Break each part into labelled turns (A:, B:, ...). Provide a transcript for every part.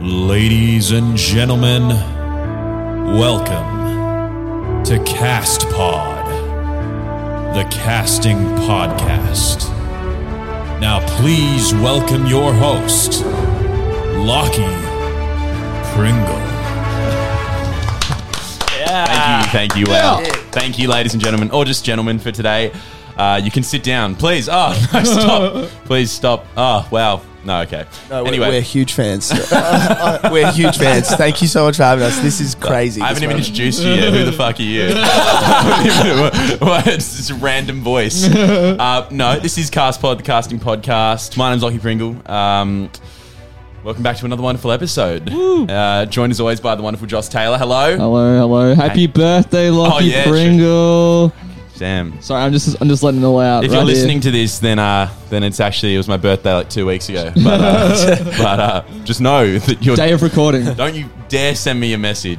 A: Ladies and gentlemen, welcome to Cast Pod, the casting podcast. Now, please welcome your host, Lockie Pringle.
B: Ah.
C: Thank you, thank you, wow. Thank you, ladies and gentlemen, or just gentlemen for today. Uh, you can sit down, please. Oh, no, stop. please stop. Oh, wow. No, okay.
B: No, Uh, we're,
C: anyway,
B: we're huge fans. Uh, uh, we're huge fans. Thank you so much for having us. This is crazy.
C: I haven't
B: This
C: even
B: moment.
C: introduced you yet. Who the fuck are you? What? it's just a random voice. Uh, no, this is Cast Pod, the casting podcast. My name's Lockie Pringle. Um, welcome back to another wonderful episode. Uh, joined as always by the wonderful Joss Taylor. Hello.
D: Hello, hello. Happy birthday, Lockie
C: Oh, yeah, sure.
D: Pringle.
C: Sam.
D: Sorry, I'm just I'm just letting it all out.
C: If
D: right
C: you're
D: here.
C: listening to this, then uh, then it's actually it was my birthday like two weeks ago. But, uh, but uh, just know that you're.
D: day of recording,
C: don't you dare send me a message.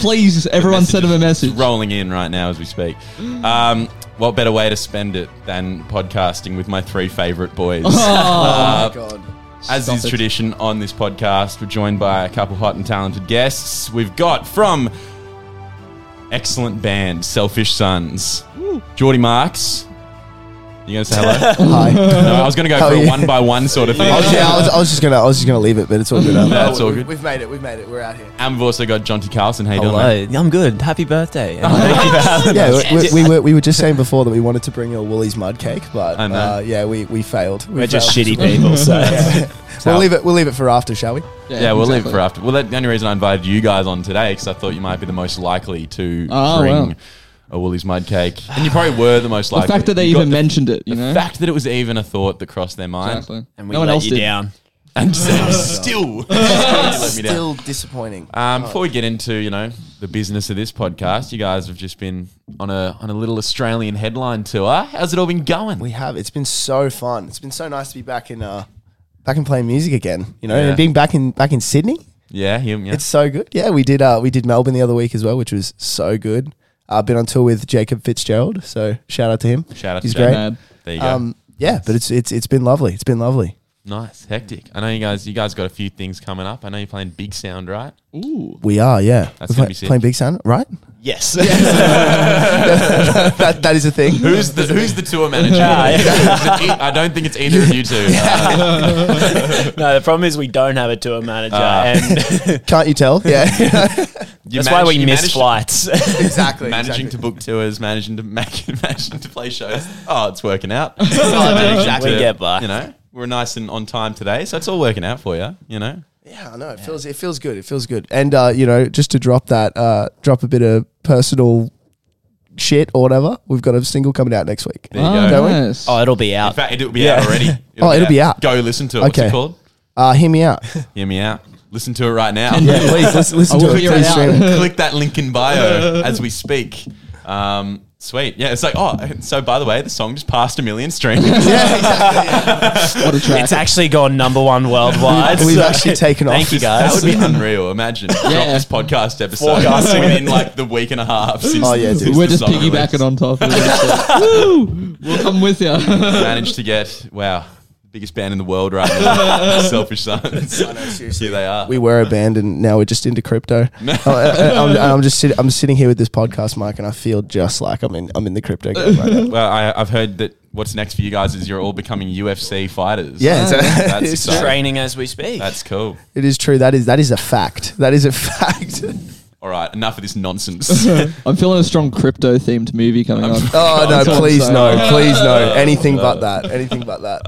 D: please everyone send him a message.
C: Rolling in right now as we speak. Um, what better way to spend it than podcasting with my three favorite boys?
D: Oh,
B: Oh, God.
C: As
D: Stop
C: is
D: it.
C: tradition on this podcast, we're joined by a couple hot and talented guests. We've got from excellent band Selfish Sons, Geordie Marks. You gonna say hello?
B: Hi.
C: no, I was gonna go
B: Hell
C: for a
B: yeah.
C: one by one sort
D: Oh,
C: of thing.
B: I was, yeah, I, was, I was just gonna, I was just gonna leave it, but it's all good. Um,
C: That's all
B: we-
C: good.
B: We've made it. We've made it. We're out here.
C: And we've also got Jonty Carlson. How you doing?
E: Hello, Oh,
C: mate?
E: I'm good. Happy birthday! And thank you for having
B: Yeah,
E: us.
B: we, we, we, were, we were just saying before that we wanted to bring your Woolies mud cake, but
C: I know.
B: uh, yeah, we, we failed. We
E: We're just
B: failed.
E: shitty people. So
B: Yeah. we'll leave it. We'll leave it for after, shall we?
C: Yeah, we'll leave it
D: exactly.
C: for after. Well, that, the only reason I invited you guys on today because I thought you might be the most likely to
D: Oh,
C: bring
D: wow.
C: a Woolies mud cake, and you probably were the most likely.
D: The fact that they
C: You got
D: even
C: the,
D: mentioned it, you know.
C: the fact that it was even a thought that crossed their mind,
D: exactly.
E: and we
D: no one
E: let
D: else
E: you
D: did. Oh,
E: down.
C: and still, still you let me down.
B: Still disappointing.
C: Um, before we get into you know the business of this podcast, you guys have just been on a on a little Australian headline tour. How's it all been going?
B: We have. It's been so fun. It's been so nice to be back in, uh, back and playing music again. You know,
C: Yeah.
B: and being back in back in Sydney.
C: yeah, you, yeah.
B: It's so good. Yeah, we did. Uh, we did Melbourne the other week as well, which was so good. I've uh, been on tour with Jacob Fitzgerald, so shout out to him.
C: Shout out
B: He's
C: to Jacob.
B: great.
D: Mad.
C: there you go.
B: Um, yeah, but it's it's it's been lovely. It's been lovely.
C: nice, hectic. I know you guys. You guys got a few things coming up. I know you're playing Big Sound, right?
D: Ooh.
B: We are, yeah.
C: That's gonna
B: We're play-
C: be sick.
B: playing Big Sound, right?
E: Yes.
B: that, that is a thing.
C: Who's the Who's the tour manager? Is it e- I don't think it's either of you two. Uh,
E: no, the problem is we don't have a tour manager,
C: Ah.
E: and
B: Can't you tell? Yeah,
C: You
E: that's why
C: manage-
E: we
C: you
E: miss
C: manage-
E: flights.
B: exactly.
C: Managing to book tours, managing to make, managing to play shows. Oh, it's working out.
E: exactly. We get by.
C: You know, we're nice and on time today, so it's all working out for you. You know,
B: Yeah, I know. It feels it feels good. It feels good. And uh, you know, just to drop that, uh, drop a bit of personal shit or whatever. We've got a single coming out next week.
C: there you
D: Oh,
C: go.
B: we?
D: nice.
E: oh, it'll be
C: In
E: out.
C: fact, it'll be out already.
B: Oh, it'll be out.
C: Go listen to it. What's it
B: Okay.
C: called?
B: Uh, hear me out.
C: Hear me out. Listen to it right now.
B: Yeah, please listen, listen
D: I
B: to
D: will
B: it.
D: figure
B: Please
D: it out.
B: stream it.
C: Click that link in bio as we speak. Um, sweet. Yeah. It's like oh. So by the way, the song just passed a million streams.
B: Yeah, exactly.
D: What a track.
E: It's actually gone number one worldwide.
B: We've
E: so
B: actually taken off.
E: Thank you
C: That would
E: guys.
C: be unreal. Imagine drop
D: Yeah.
C: this podcast episode
E: Forecasting.
C: within like the week and a half. Since,
B: Oh, yeah, dude.
C: since
D: We're
C: the
D: just
C: song
D: piggybacking
C: release.
D: on top. of it. Woo! We'll come with you.
C: Managed to get wow, biggest band in the world right now. Selfish Sons.
B: seriously.
C: Here they are.
B: We were a band, and now we're just into crypto. I, am just sit, I'm sitting here with this podcast mic, and I feel just like I'm in I'm in the crypto game right now.
C: well, I, I've heard that what's next for you guys is you're all becoming UFC fighters.
B: Yeah, it's-
C: that's
B: it's
C: exciting.
E: Training as we speak.
C: That's cool.
B: It is true. That is that is a fact. That is a fact.
C: All right, enough of this nonsense.
D: I'm feeling a strong crypto themed movie coming on.
B: Oh
D: That's
B: no!
D: what I'm
B: Please
D: saying.
B: no! Please no! Anything but that. Anything but that.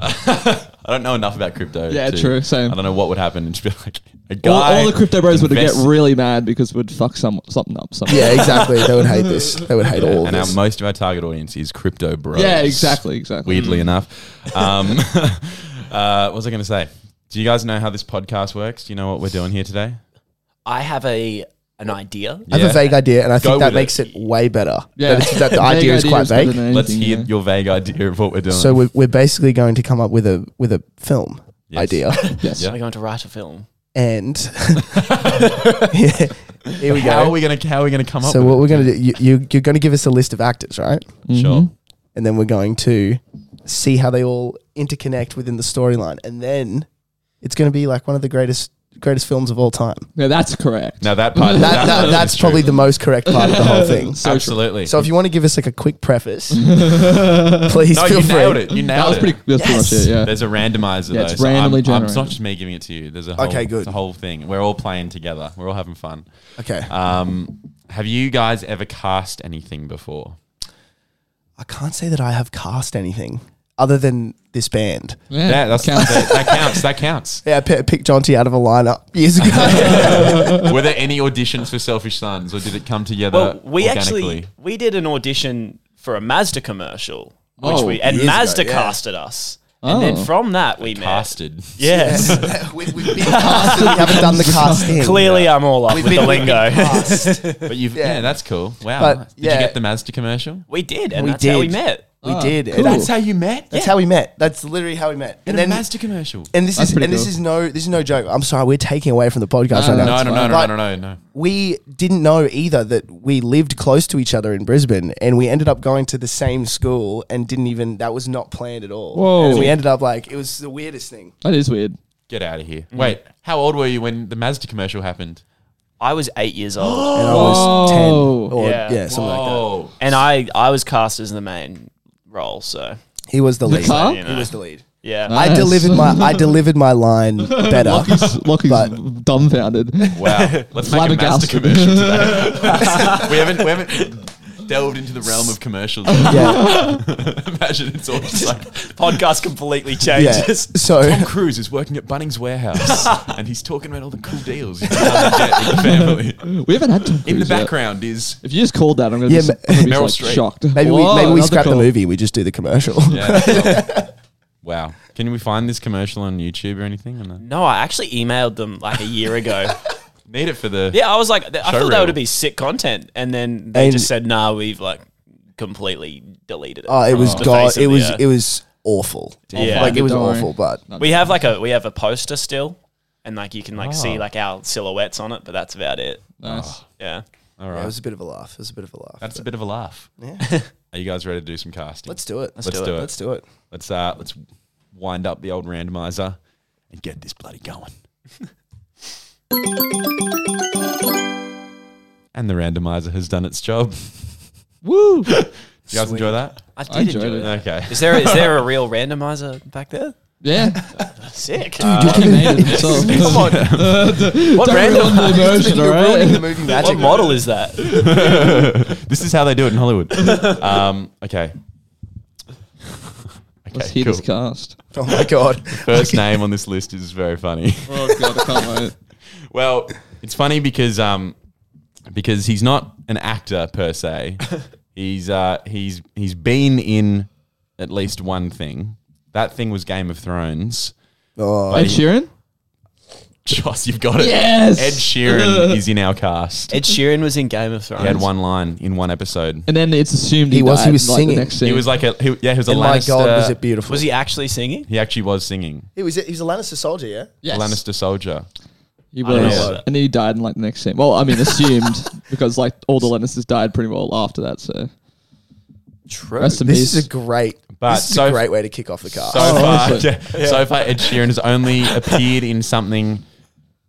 C: I don't know enough about crypto.
D: Yeah,
C: to-
D: true, same.
C: I don't know what would happen. It'd just be like a
D: All,
C: guy.
D: all the crypto bros would get
C: invests-
D: really mad because we'd fuck some something up. Something.
B: Yeah, exactly. They would hate this. They would hate all of
C: and our,
B: this.
C: most of our target audience is crypto bros.
D: Yeah, exactly, Mm. exactly.
C: Weirdly enough, um, uh, what was I going to say? Do you guys know how this podcast works? Do you know what we're doing here today?
E: I have a an idea.
B: I have
C: Yeah.
B: a vague idea, and I
C: Go
B: think that
C: with it.
B: makes it way better.
D: Yeah.
B: That, it's, that the idea is quite vague.
C: Let's hear your vague idea of what we're doing.
B: So we're, we're basically going to come up with a with a film
C: Yes.
B: idea,
D: Yes.
C: Yeah.
E: We're going to write a film.
B: and Yeah. here we go.
C: how are we going to how are we going to come up?
B: so
C: with
B: what we're going to do? You, you you're going to give us a list of actors, right?
C: it? Sure.
B: Mm-hmm. And then we're going to see how they all interconnect within the storyline, and then it's going to be like one of the greatest greatest films of all time.
D: Yeah, that's correct.
C: Now that part,
B: That, that,
C: part
B: that's
C: is
B: probably
C: true.
B: the most correct part of the whole thing.
D: So true.
C: absolutely.
B: So if you want to give us like a quick preface, please
C: no,
B: feel
C: you
B: free.
C: nailed it. You nailed
D: that was
C: it.
D: pretty. That's
B: Yes.
D: pretty much it. Yeah.
C: There's a randomizer.
D: Yeah,
C: though,
D: it's
C: so I'm-
D: randomly
C: I'm- It's not
D: generated.
C: just me giving it to you. There's a whole,
B: Okay, good.
C: It's a whole thing. We're all playing together. We're all having fun.
B: Okay.
C: Um, have you guys ever cast anything before?
B: I can't say that I have cast anything other than this band.
D: Yeah,
C: Yeah, that's
D: counts.
C: That, that counts. That counts.
B: Yeah, I pi- picked Jonty out of a lineup years ago.
C: Were there any auditions for Selfish Sons, or did it come together?
E: Well, we
C: organically?
E: actually we did an audition for a Mazda commercial, which
D: Oh,
E: we and
B: years ago,
E: Mazda
B: yeah.
E: casted us, and
D: Oh.
E: then from that we met.
C: casted.
E: Yes,
B: we, we've been cast and we haven't done the casting.
E: clearly I'm all up with the lingo.
B: cast.
C: But you've
B: Yeah.
C: yeah, that's cool. Wow.
B: But,
C: nice. Did
B: yeah.
C: you get the Mazda commercial?
E: we did, and
B: We
E: that's how we
B: did.
E: met.
B: We did.
D: cool.
B: And that's,
D: That's
C: how you met.
B: that's how we met. That's literally how we met.
C: In
B: And
C: a
B: then
C: Mazda commercial.
B: and this
D: That's
B: is and
D: pretty
B: this
D: cool.
B: is no this is no joke. I'm sorry, we're taking away from the podcast
D: No,
B: right now.
C: No,
D: That's
C: no, no,
D: fine.
C: no, no, no, no.
B: we didn't know either that we lived close to each other in Brisbane, and we ended up going to the same school, and didn't even that was not planned at all.
D: Whoa.
B: And we ended up like it was the weirdest thing.
D: That is weird.
C: Get out of here. Wait, how old were you when the Mazda commercial happened?
E: I was eight years old,
B: And I was ten
D: Whoa.
B: or yeah,
E: Yeah.
B: something like
C: Oh,
E: and I I was cast as the main role. So
B: that. He was the lead.
D: car?
E: you
B: He
E: know,
B: was the lead.
E: yeah,
B: I
D: Nice.
B: delivered my I delivered my line better.
D: Lockie's, Lockie's
B: But-
D: dumbfounded.
C: wow. Let's make a Mazda
D: Flabbergasted.
C: commercial today. we haven't we haven't delved into the realm of commercials.
B: yeah,
C: Imagine it's all just like
E: podcast completely
B: yeah.
E: changes.
B: So
C: Tom Cruise is working at Bunnings Warehouse and he's talking about all the cool deals he's done to get with the family.
D: We haven't had Tom
C: In the
D: Cruise yet.
C: background is
D: If you just called that, I'm gonna
B: Yeah,
D: be,
B: ma-
D: I'm gonna be
C: Meryl
D: like,
C: Streep.
D: shocked.
B: maybe
D: Whoa,
B: we maybe we
D: another
B: scrap the
D: call.
B: movie. We just do the commercial.
C: Yeah. wow. Can we find this commercial on YouTube or anything? Or no?
E: No, I actually emailed them like a year ago.
C: Need it for the.
E: yeah, I was like, I
C: Show
E: thought that
C: reel.
E: would be sick content, and then they
B: And-
E: just said, "Nah, we've like completely deleted it."
B: Oh, it
E: from
B: was
E: the
B: god.
E: face of
B: It
E: the
B: was
E: earth.
B: it was awful.
E: Yeah.
B: like it was
D: Don't worry.
B: awful. But
E: we have like a we have a poster still, and like you can like
B: Oh.
E: see like our silhouettes on it, but that's about it.
D: Nice.
E: Yeah.
C: All
B: yeah,
C: right.
B: it was a bit of a laugh. It was a bit of a laugh.
C: That's a bit of a laugh.
B: Yeah.
C: Are you guys ready to do some casting?
B: Let's do it.
C: Let's, do, it.
B: Let's do it.
C: Let's uh let's wind up the old randomizer and get this bloody going. and the randomizer has done its job. Did
D: Woo!
C: you guys enjoy that?
E: I did
D: I enjoyed
E: enjoy
D: it.
E: it.
C: Okay.
E: Is there is there a real randomizer back there?
D: Yeah,
E: Sick.
D: He made it himself.
E: Come on. what random
D: Don't ruin the immersion, all
B: You're ruining the
D: right?
B: movie
E: what
B: magic.
E: model is that?
C: This is how they do it in Hollywood. um, okay.
D: Let's
C: Okay,
D: hear this
C: cool.
D: cast.
B: Oh my god.
C: First name on this list is very funny.
D: Oh god, I can't wait.
C: Well, it's funny because um because he's not an actor per se. He's uh he's he's been in at least one thing. That thing was Game of Thrones.
B: Oh,
D: Ed Sheeran?
C: Joss, you've got it.
D: Yes!
C: Ed Sheeran is in our cast.
E: Ed Sheeran was in Game of Thrones.
C: He had one line in one episode.
D: And then it's assumed he,
B: He was- he
D: died
B: was
D: in, like,
B: singing.
D: The next scene.
C: He was like a he, yeah, he was a
B: and my
C: Lannister.
B: god, was it beautiful?
E: Was he actually singing?
C: he actually was singing.
B: He was. He was a Lannister soldier. Yeah.
D: yes.
C: Lannister soldier.
D: He
E: don't
D: was,
E: know about it.
D: and then he died in like the next scene. Well, I mean, assumed because like all the Lannisters died pretty well after that. So
B: True.
D: Rest in
B: this
D: peace.
B: is a great.
C: But
B: this is
C: so-
B: a great way to kick off the cast.
C: So
D: Oh,
C: far,
D: honestly.
C: yeah, so far, Ed Sheeran has only appeared in something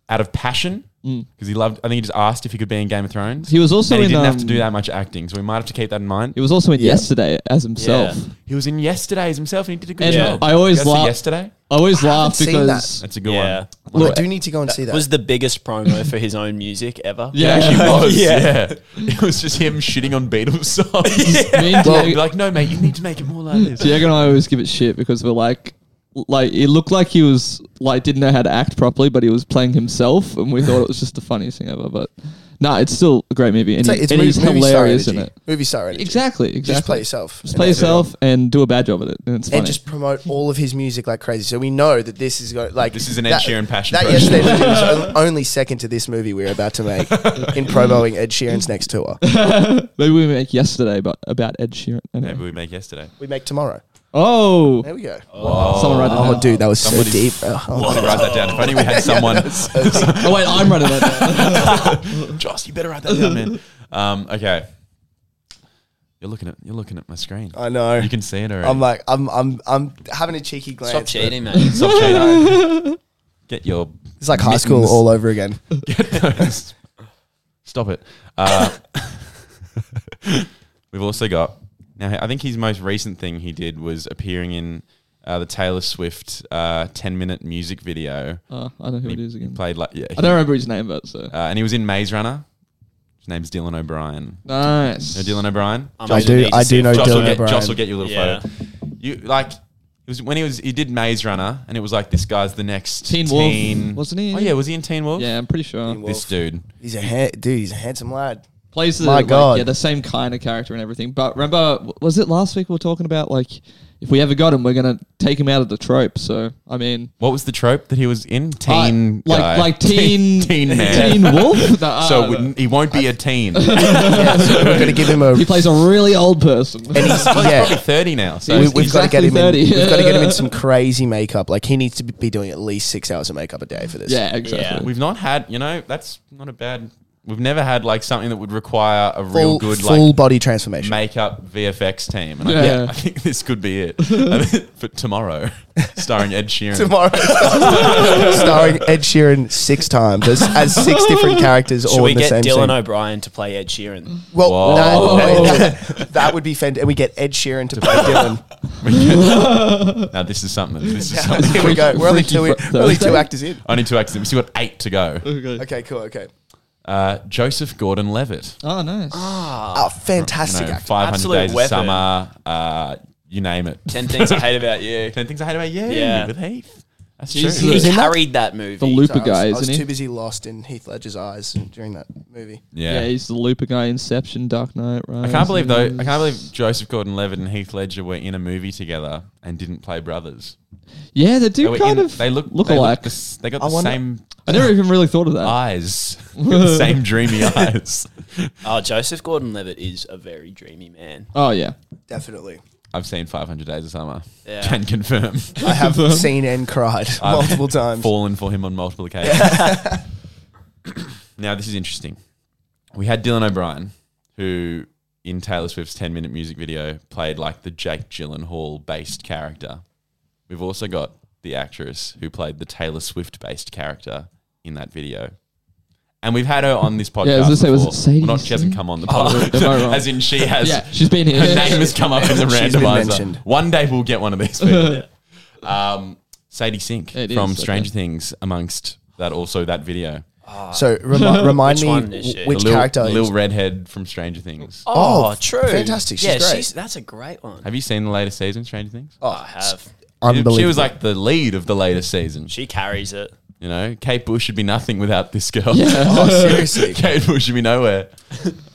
C: out of passion because he loved. I think he just asked if he could be in Game of Thrones.
D: He was also
C: and he
D: in,
C: didn't have to
D: um,
C: do that much acting, so we might have to keep that in mind.
D: he was also in
B: Yeah.
D: yesterday as himself.
E: Yeah.
C: He was in Yesterday as himself, and he did a good
D: And
C: job.
D: I always
C: You guys see
D: laugh-
C: Yesterday.
D: I always laugh
B: seen that.
D: because
C: That's a good
E: Yeah.
C: one.
B: I
D: look,
B: do need to go and see that.
E: Was the biggest promo for his own music ever.
C: It
D: yeah,
C: actually was.
E: Yeah.
C: Yeah. it was just him shitting on Beatles songs.
D: Me and
C: Well,
D: Diego-
C: like, no, mate, you need to make it more like this.
D: Diego and I always give it shit because we're like, like it looked like he was like didn't know how to act properly, but he was playing himself, and we thought it was just the funniest thing ever. But nah, it's still a great movie, and,
B: it's, like-
D: he-
B: it's
D: and
B: movie,
D: he's
B: movie star
D: hilarious in
B: energy.
D: it.
B: Movie star energy.
D: Exactly, exactly.
B: Just play yourself.
D: Just play
B: And that's it.
D: yourself and do a bad job at it, and it's funny.
B: And just promote all of his music like crazy. So we know that this is going like
C: This is an Ed
B: that-
C: Sheeran passion
B: That
C: project.
B: yesterday was on- only second to this movie we're about to make in promoting Ed Sheeran's next tour.
D: Maybe we make yesterday, but about Ed Sheeran. Anyway.
C: Maybe we make Yesterday.
B: We make tomorrow.
D: Oh,
B: There we go. Oh,
D: someone write it down.
B: dude, that was
C: Somebody-
B: so deep. Oh,
C: I'll write that down. If only we had someone.
D: Oh wait, I'm running it. down.
C: Joss, you better write that down, man. Um, okay. You're looking at you're looking at my screen.
B: I know.
C: You can see it already.
B: I'm like, I'm, I'm, I'm having a cheeky glance.
E: Stop cheating, man.
B: Oh,
C: Stop cheating. Get your
B: It's like high school
C: mittens.
B: all over again.
C: Stop it. Uh, we've also got now. I think his most recent thing he did was appearing in uh, the Taylor Swift uh, ten-minute music video.
D: Uh, I don't know who it is
C: He
D: again.
C: played like yeah, he-
D: I don't remember his name, but so
C: uh, and he was in Maze Runner. His name's Dylan O'Brien.
D: nice.
C: You know Dylan O'Brien.
E: I'm
B: I
E: just
B: do.
E: need to
B: I
E: see
B: do
E: if
B: know
C: Josh, will
B: Dylan
C: get, Josh will
B: O'Brien.
C: get you a little photo. You like it was when he was he did Maze Runner, and it was like this guy's the next
D: Teen Wolf,
C: teen,
D: wasn't he?
C: Oh yeah, was he in Teen Wolf?
D: yeah, I'm pretty sure.
C: this dude.
B: He's a ha- dude. He's a handsome lad.
D: Plays the
B: My
D: like,
B: God.
D: yeah the same kind of character and everything. But remember, w- was it last week we were talking about like if we ever got him, we're gonna take him out of the trope. So I mean,
C: What was the trope that he was in? Teen,
D: uh, like
C: guy.
D: like teen
C: teen man.
D: teen wolf. No, uh,
C: so it wouldn't, he won't be a teen. he's
B: We're gonna give him a.
D: he plays a really old person.
C: probably
B: yeah.
C: thirty now. So
B: We,
D: He's
C: he's,
B: we've got to get
D: exactly
B: him. In,
D: 30.
B: we've got to get him in some crazy makeup. Like he needs to be doing at least six hours of makeup a day for this.
D: yeah, exactly.
C: we've not had. You know, that's not a bad. We've never had like something that would require a real
B: full,
C: good
B: full
C: like
B: body transformation.
C: makeup VFX team. And I-
D: Yeah.
C: I, think this could be it for tomorrow, starring Ed Sheeran.
B: Tomorrow, starring Ed Sheeran six times as, as six different characters,
E: Should
B: all
E: we
B: in the
E: get
B: same
E: Dylan
B: scene.
E: O'Brien to play Ed Sheeran?
B: Well, no,
C: Whoa.
B: no, that, that would be fantastic. And we get Ed Sheeran to play Dylan.
C: now this is something. This is something.
B: Here we go. We're only
D: Freaky
B: two.
D: Fri-
B: We're only two
D: Thursday.
B: actors in.
C: Only two actors. in. We still got eight to go.
D: Mm.
B: Okay, cool. Okay.
C: Uh, Joseph Gordon-Levitt.
D: Oh, nice.
B: Oh, fantastic
C: You know,
B: actor.
C: Five hundred
E: Absolute
C: days
E: weapon.
C: of summer. Uh, you name it.
E: Ten things I hate about you.
C: Ten things I hate about you.
E: Yeah.
C: With Heath. That's
D: He's
C: true.
E: He
D: Is
B: in that-
E: carried that, movie.
D: the looper
B: I was,
D: guy,
B: I was
D: isn't he?
B: too busy lost in Heath Ledger's eyes during that movie.
D: Yeah.
C: Yeah.
D: he's the looper guy. Inception, Dark Knight. Right.
C: I can't believe though. I can't believe Joseph Gordon-Levitt and Heath Ledger were in a movie together and didn't play brothers.
D: Yeah, they
C: They
D: do
C: were
D: kind
C: in-
D: of.
C: They look
D: look
C: they
D: alike.
C: the s- Ah. they got
B: I
C: the
B: wonder-
C: same
D: I never even really thought of that.
C: eyes, the same dreamy eyes.
E: Oh, Joseph Gordon-Levitt is a very dreamy man.
D: oh yeah,
B: Definitely.
C: I've seen Five Hundred Days of Summer.
E: Yeah.
C: Can confirm.
B: I have seen and cried multiple times.
C: fallen for him on multiple occasions. now this is interesting. We had Dylan O'Brien, who in Taylor Swift's 10 minute music video played like the Jake Gyllenhaal based character. We've also got the actress who played the Taylor Swift based character in that video. And we've had her on this podcast.
D: Yeah, I was gonna say, was it
C: before.
D: Sadie
C: Well, not, she hasn't
D: Sink?
C: come on the podcast.
D: am I wrong?
C: As in, she has.
D: yeah, she's been here.
C: Her name has come up in the
B: She's been
C: randomizer.
B: mentioned.
C: One day we'll get one of these people. um, Sadie Sink
D: It is,
C: from
D: okay.
C: Stranger Things, amongst that also that video.
B: So remi- remind
E: Which
B: me
E: one is
B: w-
E: she?
B: which
C: the
B: character?
C: Lil, Lil
B: is-
C: Redhead from Stranger Things.
B: Oh, f-
E: true.
B: fantastic. She's
E: yeah,
B: great.
E: she's that's a great one.
C: Have you seen the latest season of Stranger Things?
E: oh, I have.
B: unbelievable.
C: She was like the lead of the latest season.
E: She carries it.
C: You know, Kate Bush should be nothing without this girl.
B: oh, seriously.
C: Kate Bush should be nowhere.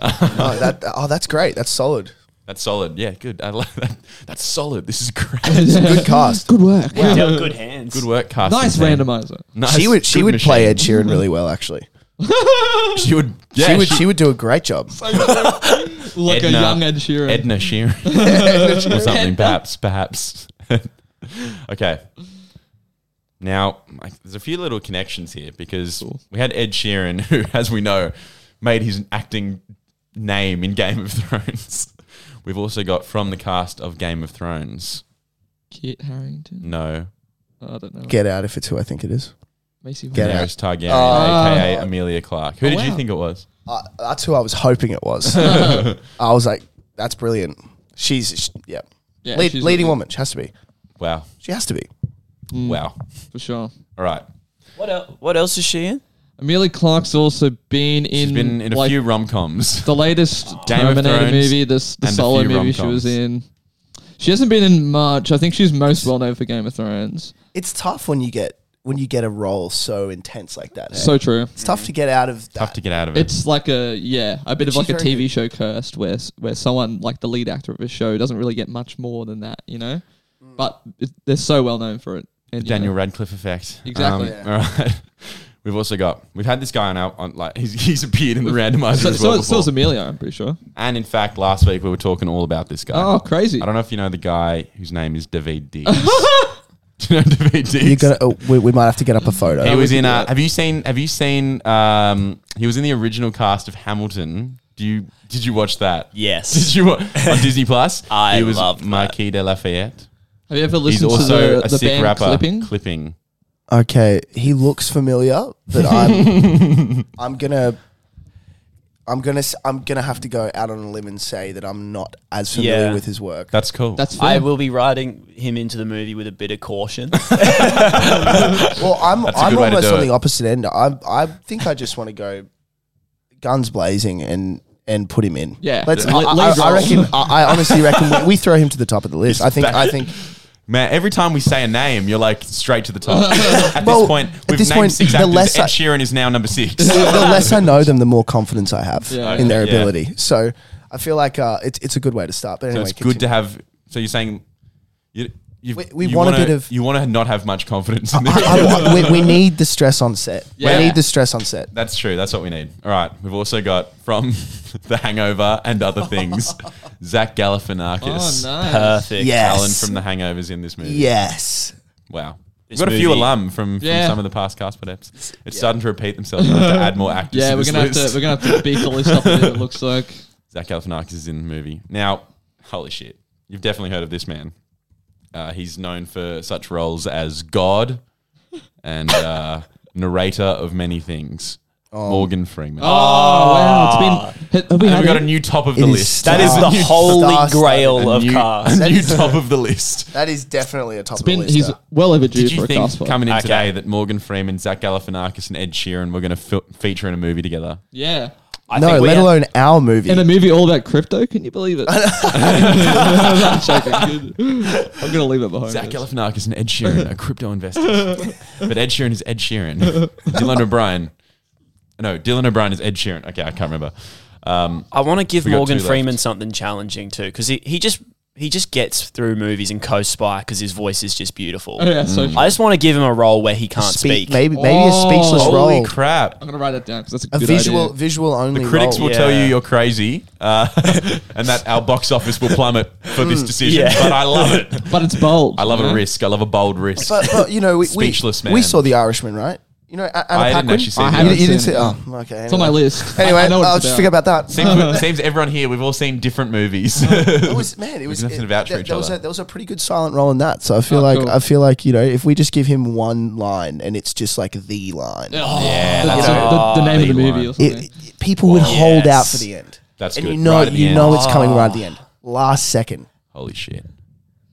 B: Oh, that, oh, that's great. That's solid.
C: That's solid. Yeah, good. I love that. That's solid. This is great.
B: Good cast.
D: Good work.
E: Dealt good hands.
C: Good work, casting.
D: Nice
C: team.
D: randomizer.
C: Nice.
B: She would she
C: Good
B: would
C: machine.
B: play Ed Sheeran really well, actually.
C: She would. Yeah,
B: she would she, would do a great job.
D: Like
C: Edna-
D: a young Ed Sheeran.
C: Edna Sheeran. or something. Perhaps, perhaps. okay. Now, like, there's a few little connections here because we had Ed Sheeran, who, as we know, made his acting name in Game of Thrones. We've also got from the cast of Game of Thrones.
D: Kit Harrington.
C: No,
D: I don't know.
B: Get out if it's who I think it is.
D: Macy.
B: Get out.
C: Daenerys Targaryen,
D: Oh.
C: aka Amelia Clark. Who
D: Oh,
C: did you
D: wow.
C: think it was?
B: Uh, that's who I was hoping it was. I was like, that's brilliant. She's sh yeah,
D: Yeah,
B: Lead,
D: she's
B: leading
D: really-
B: woman. She has to be.
C: Wow,
B: She has to be.
C: wow.
D: for sure.
C: All right,
E: What else? What else is she in?
D: Amelia Clark's also been in
C: she's been in a
D: like,
C: few rom coms.
D: the latest
C: Game of
D: Terminator
C: Thrones
D: movie, this the
C: and a
D: solo
C: few
D: movie she
C: rom-coms.
D: was in. She hasn't been in much. I think she's most well known for Game of Thrones.
B: It's tough when you get when you get a role so intense like that. eh?
D: So true.
B: it's tough to get out of that.
C: Tough to get out of it.
D: It's like a yeah, a bit of
B: She's
D: like a
B: very
D: TV
B: good.
D: show cursed where s- where someone like the lead actor of a show doesn't really get much more than that, you know.
B: Mm.
D: But it, they're so well known for it. And, you
C: Daniel
D: know,
C: Radcliffe effect. Um,
D: Exactly.
C: All right. We've also got we've had this guy on our on like he's, he's appeared in the randomizer
D: so,
C: as
D: so,
C: well
D: so
C: before.
D: is Amelia, I'm pretty sure.
C: and in fact, last week we were talking all about this guy.
D: Oh, crazy!
C: I don't know if you know the guy whose name is David Diggs. Do you know David Diggs?
B: You got. Oh, we, we might have to get up a photo.
C: he was
D: we
C: in.
D: could do
C: Uh,
D: that.
C: have you seen? Have you seen? Um, he was in the original cast of Hamilton. Do you did you watch that?
E: Yes.
C: Did you watch on Disney Plus?
E: I
C: he was
E: loved that.
C: Marquis de Lafayette.
D: Have you ever
C: He's
D: listened to
C: also
D: the,
C: a
D: the
C: sick
D: band
C: rapper.
D: Clipping?
C: Clipping.
B: Okay, he looks familiar, but I'm I'm gonna I'm gonna s- I'm gonna have to go out on a limb and say that I'm not as familiar
E: Yeah.
B: with his work.
C: That's cool.
D: That's fair.
E: I will be riding him into the movie with a bit of caution.
B: Well, I'm
C: a
B: I'm
C: good way to
B: almost
C: do
B: on
C: it.
B: the opposite end. I I think I just want to go guns blazing and and put him in.
D: Yeah.
B: let's. I,
D: Yeah. Let-
B: I-
D: let's
B: I
D: roll.
B: reckon. I, I honestly reckon we, we throw him to the top of the list. I think. I think.
C: Man, every time we say a name, you're like straight to the top. at
B: Well,
C: this point,
B: at
C: we've
B: this
C: named
B: point,
C: six
B: the
C: actors.
B: less
C: Ed
B: I-
C: Sheeran is now number six.
B: the less I know them, the more confidence I have
D: Yeah.
B: in their
C: Okay, yeah.
B: ability. So I feel like uh, it's it's a good way to start. But
C: So
B: anyway,
C: it's good
B: continue.
C: to have. So you're saying you, you've,
B: We- we
C: you
B: want a
C: wanna-
B: bit of-
C: you want to not have much confidence in this.
B: I- I want- we, we need the stress on set.
D: Yeah.
B: We need the stress on set.
C: That's true. That's what we need. All right. We've also got from The Hangover and other things. Zach Galifianakis,
D: Oh,
E: Perfect.
B: Yes.
C: Alan from The Hangovers in this movie.
B: Yes.
C: Wow.
E: This
C: We've got a few
E: movie-
C: alum from, from
D: Yeah.
C: some of the past cast but eps. It's starting to repeat themselves. We have to add more actors.
D: yeah,
C: to
D: we're
C: this
D: gonna have
C: list.
D: to we're gonna have to beef the list up a bit. It looks like
C: Zach Galifianakis is in the movie. Now, holy shit, you've definitely heard of this man. Uh, he's known for such roles as God and uh, narrator of many things. Morgan Freeman.
D: oh, wow, it's been. Have we
C: and
D: had
C: we've got a
D: it?
C: new top of
B: It
C: the
B: is
C: list.
E: That is the
B: Star-
E: holy
B: star-studded.
E: grail
C: a
E: of
C: new,
E: cars.
C: a new top of the list.
B: That is definitely a top
D: It's
B: of the
D: been
B: list.
D: he's
B: uh,
D: well overdue
C: Did
D: for
C: you
D: a cast
C: think
D: spot.
C: coming in
E: Okay.
C: today that Morgan Freeman, Zach Galifianakis, and Ed Sheeran were going to fi- feature in a movie together?
D: yeah,
E: I
B: no,
E: we
B: let
E: had-
B: alone our movie.
D: in a movie all about crypto. Can you believe it? I'm joking. I'm gonna leave it behind.
C: Zach Galifianakis and Ed Sheeran are crypto investors, but Ed Sheeran is Ed Sheeran. Dylan O'Brien, no, Dylan O'Brien is Ed Sheeran. Okay, I can't remember. Um,
E: I want to give
C: We got
E: Morgan
C: two left.
E: Freeman something challenging too, because he, he just he just gets through movies and co spy because his voice is just beautiful.
D: Oh, yeah,
C: Mm.
D: so
E: I just want to give him a role where he can't
B: speak,
E: speak.
B: maybe maybe
D: Oh.
B: a speechless
C: holy
B: role,
C: crap!
D: I'm gonna write that down because that's a,
B: a
D: good
B: visual
D: idea.
B: visual only.
C: Critics
B: role.
C: will tell you
E: Yeah.
C: you're crazy, uh, and that our box office will plummet for this decision.
E: Hmm, Yeah.
C: But I love it.
D: but it's bold.
C: I love
D: you
C: a
D: know?
C: risk. I love a bold risk.
B: But, but you know, we,
C: Speechless
B: we,
C: man.
B: we saw The Irishman, right? You know, A- Anna
C: I didn't
B: Paquin?
C: actually see
B: You-
C: The
B: you,
D: Irishman.
B: didn't see. Oh, okay.
D: It's on my list. I-
B: Anyway,
D: I know what
B: I'll
D: it's
B: just forget about that.
C: seems, seems everyone here we've all seen different movies.
B: It was man. It was.
C: nothing
B: It,
C: to vouch for
B: there,
C: each
B: there was
C: other.
B: a, there was a pretty good silent role in that. So I feel
D: Oh,
B: like
D: cool.
B: I feel like you know if we just give him one line and it's just like the line,
D: Oh,
C: Yeah,
D: that's
C: that's
D: the,
C: right.
D: the- the name of the
C: Lead
D: movie
C: line.
D: or
B: it,
D: something.
B: it- people would hold out for
E: Yes.
B: the end.
C: That's
B: and
C: good.
B: you know
C: Right at the
B: you
C: end.
B: know it's coming right at the end, last second.
C: Holy shit!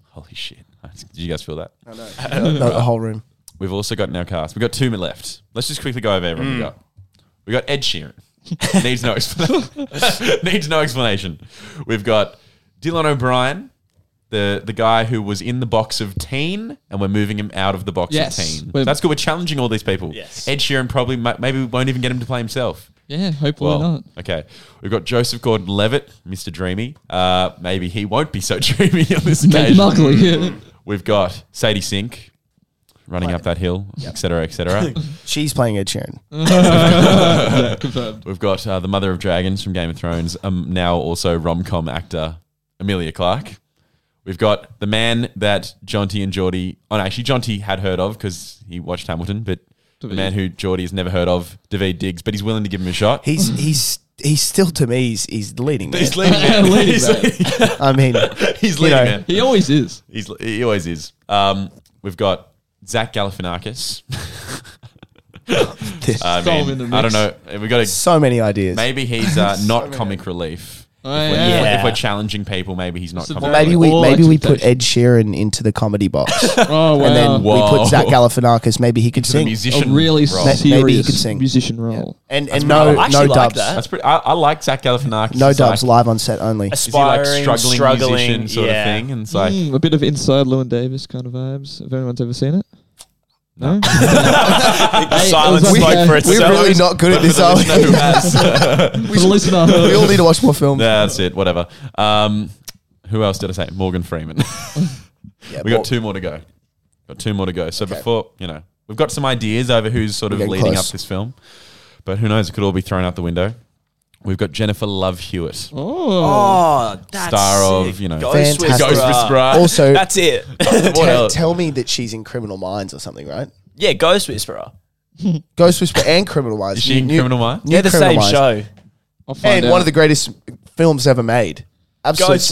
C: Holy shit! Did you guys feel that?
B: No, the whole room.
C: We've also got in our cast. We've got two more left. Let's just quickly go over everyone
D: Hmm.
C: we got. We got Ed Sheeran. Needs no explanation. Needs no explanation. We've got Dylan O'Brien, the the guy who was in the box of Teen, and we're moving him out of the box
D: Yes.
C: of Teen.
D: We're-
C: That's good. We're challenging all these people.
E: Yes.
C: Ed Sheeran probably might, maybe we won't even get him to play himself.
D: Yeah, hopefully
C: Well,
D: not.
C: okay. We've got Joseph Gordon-Levitt, Mr. Dreamy. Uh, maybe he won't be so dreamy on this
D: Maybe
C: occasion.
D: luckily, yeah.
C: We've got Sadie Sink running up that hill, etc., etc.
B: She's playing Ed Sheeran.
D: confirmed.
C: We've got uh, the mother of dragons from Game of Thrones, um, now also rom com actor Amelia Clark. We've got the man that Jonty and Geordie, oh no, actually, Jonty had heard of because he watched Hamilton, but the man who Geordie has never heard of, David Diggs, but he's willing to give him a shot.
B: He's he's he's still to me. He's he's the leading man.
C: he's leading man.
D: Leading
C: he's,
D: man.
B: I mean,
C: he's leading
B: know.
C: man.
D: He always is.
C: He's, he always is. Um, we've got Zach Galifianakis.
B: there's
C: I,
D: Throw him
C: mean,
D: in the
C: I don't
D: mix.
C: know. We've got to
B: so many ideas.
C: Maybe he's uh, not comic relief.
D: Oh,
C: if, we're,
D: yeah.
C: if we're- if
E: Yeah.
C: we're challenging people, maybe he's not
D: So
C: comic
B: Or
D: that-
C: relief.
B: maybe we
D: All
B: maybe we put
D: expectation.
B: Ed Sheeran into the comedy box,
D: Oh wow.
B: and then we
C: Whoa.
B: put Zach Galifianakis. Maybe he could
C: The
B: sing.
C: musician
D: a really
C: role.
B: Maybe
D: serious
B: he could sing.
D: musician role.
B: And and no
E: I
B: no
E: actually like
B: dubs.
E: that.
C: That's pretty. I, I like Zach Galifianakis.
B: No
C: It's
B: dubs.
C: Like,
B: Live on set only.
C: is he like
E: aspiring,
C: struggling,
E: struggling,
C: musician sort
E: yeah.
C: of thing? And it's like,
D: Mm, a bit of inside Lewin Davis kind of vibes. If anyone's ever seen it. No.
E: The
D: it
E: silence
D: was like
E: spoke
D: a-
E: for
D: we're
E: itself.
B: not good at this,
C: I don't know who has.
D: For the listener.
B: we all need to watch more films.
C: Nah, that's it. Whatever. Um, who else did I say? Morgan Freeman.
B: Yeah,
C: we got
B: well,
C: two more to go. Got two more to go. So before you know, we've got some ideas over who's sort of
B: We're getting
C: leading
B: close.
C: up this film, but who knows? It could all be thrown out the window. We've got Jennifer Love Hewitt.
D: Oh.
E: Oh, that's
C: Star of,
E: sick.
C: you know,
E: Ghost
B: Fantastic.
C: Ghost
E: Whisperer.
C: Whisperer.
B: Also,
E: That's it.
C: Ah, What
B: tell,
C: else?
B: tell me that she's in Criminal Minds or something, right?
E: yeah, Ghost Whisperer.
B: Ghost Whisperer and Criminal Minds.
C: Is she in Criminal Minds?
B: new
E: They're the
B: Criminal
E: same
B: Minds.
E: show.
D: I'll find
B: And one
D: out.
B: of the greatest films ever made. Absolute
E: Ghost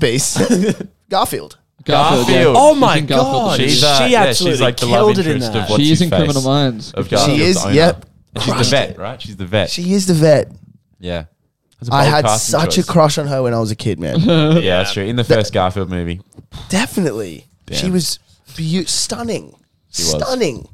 E: Whisperer.
B: masterpiece. Garfield.
C: Garfield.
D: yeah.
F: Oh
D: She's
F: my
D: in Garfield.
F: God.
D: She's,
C: She's,
F: She
C: uh, yeah, she's
F: absolutely
C: like the love
F: killed it in
C: interest
F: that.
C: of what's
D: she is in
C: face,
D: Criminal Minds.
C: Of
B: She
C: Garfield's
B: is,
C: owner.
B: yep.
C: And she's the vet, right? She's the vet.
B: She is the vet.
C: yeah. That's a
B: I
C: bold
B: had
C: casting
B: such
C: choice.
B: a crush on her when I was a kid, man.
C: Yeah, that's true. In the first Garfield movie.
B: Definitely. She
C: Damn.
B: was be- stunning.
C: was.
B: Stunning.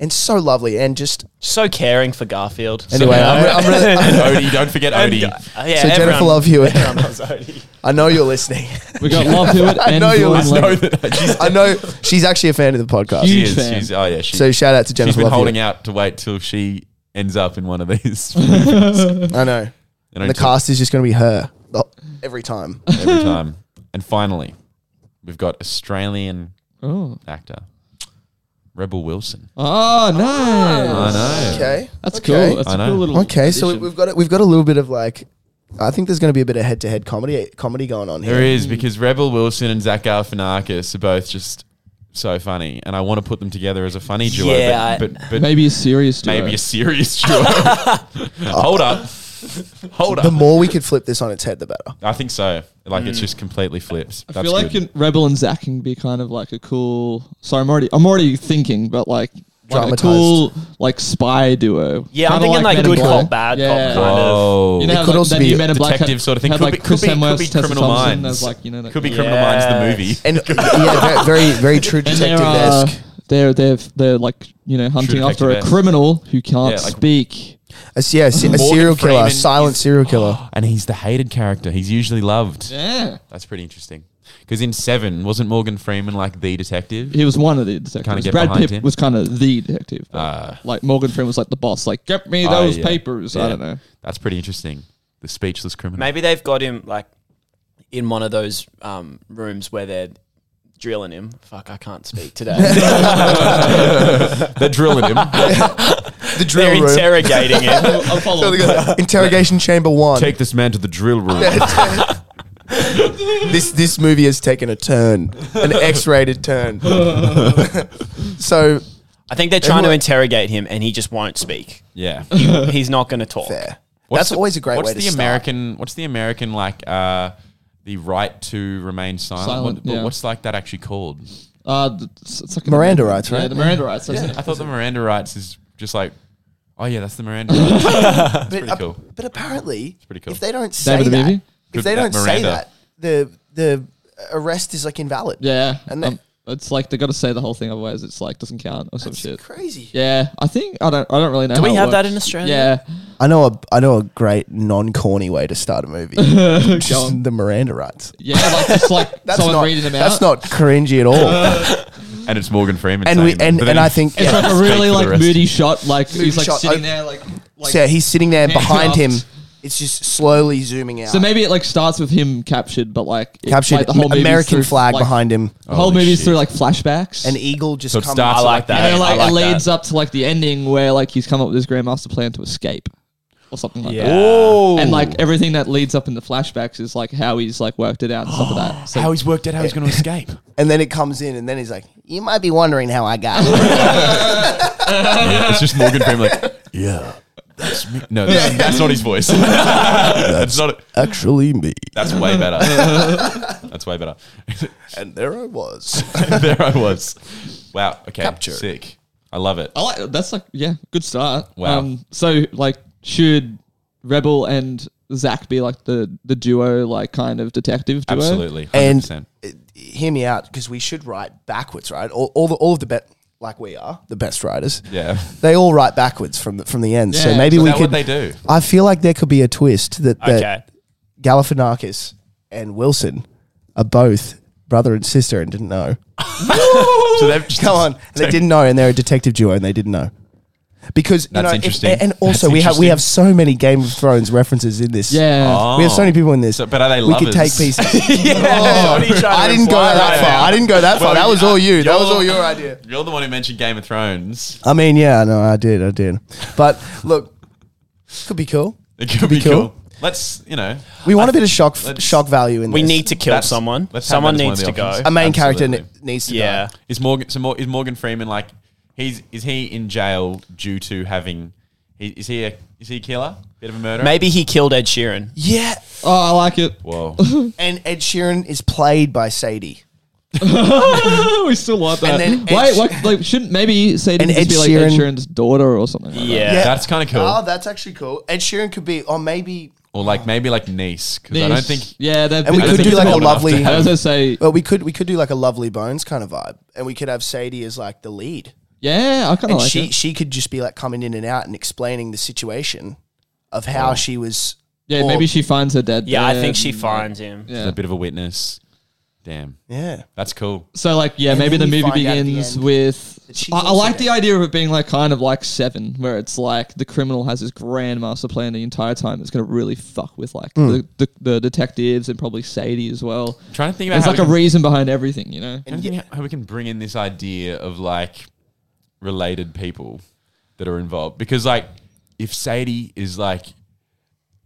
B: And so lovely. And just.
E: So caring for Garfield.
B: Anyway, I'm, I'm really.
C: And Odie, don't forget Odie.
E: Uh, yeah,
B: so, Jennifer
E: everyone-
B: Love Hewitt,
E: everyone loves Odie.
B: I know you're listening.
D: We got Love Hewitt
B: I
D: and
B: know you're
D: Dawn
B: listening.
D: Lane.
C: No, that- she's,
B: I know she's actually a fan of the podcast.
D: You-
C: she
D: Huge
C: is.
D: fan.
C: She's, oh, yeah. She,
B: so, shout out to
C: she's
B: Jennifer
C: been
B: Love
C: holding
B: Hewitt.
C: out to wait till she ends up in one of these.
B: I know.
C: You know,
B: The cast is just going to be her the- every time.
C: every time. And finally, we've got Australian
D: Oh,
C: actor Rebel Wilson.
D: oh nice.
C: I know.
B: Okay.
D: That's
B: Okay.
D: cool. That's
C: Ah, I
D: a
C: know.
D: cool little.
B: Okay, so
D: addition.
B: we've got a, we've got a little bit of like, I think there's going to be a bit of head to head comedy comedy going on here.
C: There is because Rebel Wilson and Zach Galifianakis are both just so funny, and I want to put them together as a funny duo.
E: Yeah,
C: but, but, but maybe,
D: maybe a serious duo.
C: a serious duo. Hold up, hold
B: The
C: up. Hmm.
B: more we could flip this on its head, the better.
C: I think so. Like it's just completely flips.
D: I
C: That's
D: feel like
C: good.
D: in Rebel and Zach can be kind of like a cool. Sorry, I'm already I'm already thinking, but like, like a
B: Dramatized.
D: cool like spy duo.
E: Yeah, I'm
D: Kinda
E: thinking like,
D: Men in
E: good
D: Black.
E: cop, bad
D: Yeah.
E: cop kind of.
C: Whoa.
D: You know,
B: It
D: how,
B: could
D: like,
B: also
D: that
B: be
D: new
B: a
D: Men in Black
C: detective
D: had-
C: sort of thing.
D: Had
C: Could
D: like
C: be- could
D: Chris
C: be- could
D: Hemsworth,
C: be
D: Tessa
C: Criminal
D: Thompson,
C: Minds.
D: as, like you know, that
C: could be
D: kind of-
C: Criminal Minds the
E: Yeah.
C: movie.
B: And yeah, very, very, very true
D: And they're,
B: detective
D: uh,
B: esque.
D: they're they're they're like you know hunting after a
C: detective-esque.
D: criminal who can't
C: Yeah, like-
D: speak.
B: A, yeah, a, se- a
C: Morgan
B: serial killer,
C: Freeman
B: a silent
C: is-
B: serial killer.
C: and he's the hated character. He's usually loved.
D: Yeah,
C: That's pretty interesting. Because in Seven, wasn't Morgan Freeman like the detective?
D: he was one of the
C: Kinda
D: detectives.
C: get
D: Brad
C: behind
D: Pitt
C: him.
D: was kind of the detective. but,
C: Ah.
D: like Morgan Freeman was like the boss. Like, get me
C: Oh,
D: those
C: yeah.
D: papers.
C: Yeah.
D: I don't know.
C: That's pretty interesting. The speechless criminal.
E: Maybe they've got him like in one of those um, rooms where they're drilling him. Fuck, I can't speak today.
C: They're drilling him.
B: The
E: they're
B: drill room.
E: interrogating him.
D: I'll follow.
B: Interrogation chamber one.
C: Take this man to the drill room.
B: this this movie has taken a turn, an X-rated turn. so
E: I think they're trying to
B: Everyone-
E: interrogate him, and he just won't speak.
C: Yeah.
E: He's not going to talk.
B: fair.
C: What's
B: That's
C: the-
B: always a great
C: what's
B: way to
C: the
B: start.
C: American what's the American like uh the right to remain silent?
D: Silent,
C: What- what-
D: yeah.
C: What's like that actually called?
D: Uh, th- it's, it's like a-
B: Miranda rights,
D: Yeah,
B: right?
D: the Miranda rights. That's it.
C: I thought the Miranda rights is just like oh yeah, that's the Miranda rights.
B: But,
C: pretty
B: ap-
C: cool.
B: but apparently,
C: pretty cool.
B: if they don't say
D: Name of the
B: that,
D: movie?
B: if
C: Good-
B: they
C: that
B: don't say
C: Miranda.
B: that, the the arrest is like invalid.
D: Yeah,
B: And then-
D: um, it's like they got to say the whole thing, otherwise it's like doesn't count or some
B: It's
D: shit.
B: crazy.
D: Yeah, I think I don't. I don't really know.
E: Do we
D: how it
E: have that
D: works.
E: in Australia?
D: Yeah,
B: I know a I know a great non corny way to start a movie.
D: Go
B: Just
D: on.
B: the Miranda rights.
D: yeah, like just like
B: That's
D: someone
B: not
D: reading them out.
B: that's not cringy at all.
C: and it's Morgan Freeman.
B: and we
C: saying them.
B: and,
C: But then
B: and I
C: he-
B: think
D: It's
B: yeah.
D: like a
C: Speak
D: really
C: for the
D: like
C: rest.
D: moody shot. Like
B: Moody
D: he's like
B: shot,
D: sitting
B: I-
D: there, like like.
B: so he's sitting there behind him.
D: handcuffed.
B: It's just slowly zooming out.
D: So maybe it like starts with him captured, but like it-
B: captured
D: like,
B: m-
D: movie's
B: American
D: through,
B: flag
D: like,
B: behind him.
D: The whole
C: Holy
D: movie's
C: shit.
D: through like flashbacks.
B: An eagle just
C: So it
B: comes
C: starts
E: I like
C: that.
E: that.
D: and it,
E: I
D: like,
E: like
D: it leads
E: that.
D: up to like the ending where like he's come up with his grandmaster plan to escape or something like that.
C: Oh,
D: And like everything that leads up in the flashbacks is like how he's like worked it out and stuff like that. So
C: how he's worked out how he's going to escape.
B: and then it comes in, and then he's like, "You might be wondering how I got." it."
C: yeah, it's just Morgan Freeman like yeah. That's me. No, that's, that's not his voice. that's not.
B: Actually, me.
C: That's way better. that's way better.
B: And there I was.
C: there I was. Wow. Okay.
B: Captured.
C: Sick. I love it.
D: I like that's like yeah, good start. Um,
C: Wow.
D: so like should Rebel and Zach be like the the duo like kind of detective duo?
C: Absolutely. 100%.
B: and uh, hear me out because we should write backwards, right? All, all the all of the bet like we are the best writers.
C: yeah.
B: They all write backwards from the, from the end, so
D: Yeah,
B: maybe
C: Is
B: we
C: that what
B: could.
C: they do?
B: I feel like there could be a twist that, that
E: Okay.
B: Galifianakis and Wilson are both brother and sister and didn't know.
C: So they've just
B: Oh, Come on, they didn't know, and they're a detective duo, and they didn't know because you
C: That's
B: know, if-
C: interesting.
B: and also
C: That's
B: we have we
C: interesting.
B: have so many Game of Thrones references in this.
D: Yeah.
B: we have so many people in this.
C: So- but are they
B: We could
C: lovers?
B: take pieces. Oh,
E: What are you trying to
B: I didn't go
E: imply
B: that
E: right
B: far.
E: now?
B: I didn't go that far.
C: Well,
B: That was all you. That was
C: you're-
B: all your idea.
C: You're the one who mentioned Game of Thrones.
B: I mean, yeah, no, I did, I did. But look, could be cool.
C: It could be cool.
B: cool.
C: Let's, you know,
B: We want a bit of shock
C: let's-
B: shock value in
E: We
B: this.
E: need to kill
C: That's-
E: someone.
C: let's have
E: Someone
C: that as one of
E: needs to
C: the
E: go.
C: options.
B: a main character n-
C: Absolutely.
B: needs to
E: Yeah.
B: die.
C: is Morgan so Mor- is Morgan Freeman like he's is he in jail due to having he, is he a is he a killer? Bit of a murderer?
E: Maybe he killed Ed Sheeran.
B: Yeah,
D: Oh, I like it.
C: Whoa.
B: and Ed Sheeran is played by Sadie.
D: we still like that.
B: then Ed
D: Why?
B: Sh-
D: why like, shouldn't maybe Sadie
B: And
D: just
B: Ed
D: be like Ed
B: Sheeran-
D: Sheeran's daughter or something? Like
E: Yeah.
B: Yeah.
C: That's kind of cool.
B: Oh, that's actually cool. Ed Sheeran could be, or maybe.
C: or like maybe like niece because
D: That.
C: I don't think
D: Yeah,
B: And we
C: I don't
B: could
C: think
B: do
C: it's
B: like a Oh.
C: old enough to
B: lovely.
D: I was gonna say.
B: Well, we could we could do like a lovely bones kind of vibe, and we could have Sadie as like the lead,
D: Yeah, I kind
B: and
D: of like
B: she
D: it.
B: she could just be like coming in and out and explaining the situation of how she was.
D: Yeah,
B: or-
D: maybe she finds her dad.
E: Yeah, I
D: there
E: think she
D: and-
E: finds him. Yeah.
D: Yeah.
C: a bit of a witness. Damn,
B: Yeah,
C: that's cool.
D: So like, yeah,
B: And
D: maybe
B: then
D: the
B: you
D: movie
B: find out at the
D: begins
B: end
D: with.
B: that she's
D: I, I
B: also
D: like the
B: dead.
D: idea of it being like kind of like Seven, where it's like the criminal has his grand master plan the entire time. It's gonna really fuck with like the, the the detectives and probably Sadie as well.
C: I'm trying to think about
D: There's
C: how
D: like
C: we
D: a
C: can-
D: reason behind everything, you know.
C: I don't
B: Mm-hmm.
C: think how we can bring in this idea of like related people that are involved because like if Sadie is like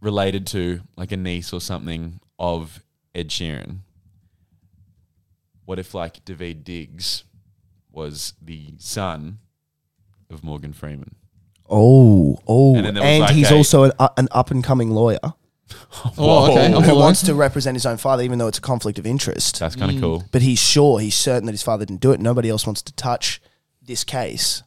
C: related to like a niece or something of Ed Sheeran, what if like David Diggs was the son of Morgan Freeman?
B: Oh, oh,
C: And
B: and,
C: then there was like
B: he's
C: a-
B: also an, uh, an up and coming lawyer
D: Oh, okay. I'm
B: who
D: all
B: wants
D: right.
B: to represent his own father, even though it's a conflict of interest.
C: That's kind of cool.
B: But he's sure, he's certain that his father didn't do it. Nobody else wants to touch this case,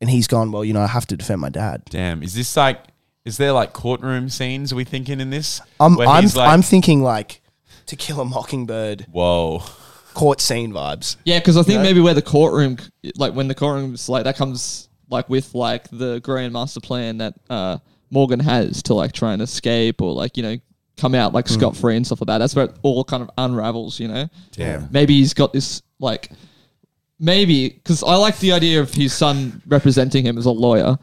B: and he's gone. Well, you know, I have to defend my dad.
C: Damn, is this like? Is there like courtroom scenes? Are we thinking in this?
B: I'm
C: Where
B: Um, I'm
C: he's like,
B: I'm thinking like To Kill a Mockingbird
C: whoa.
B: court scene vibes.
D: Yeah, because I think maybe where the courtroom, like when the courtroom's like that comes like with like the grand master plan that uh, Morgan has to like try and escape or like you know come out like scot free and stuff like that. That's where it all kind of unravels, you know.
C: Damn.
D: Maybe he's got this like maybe because I like the idea of his son representing him as a lawyer,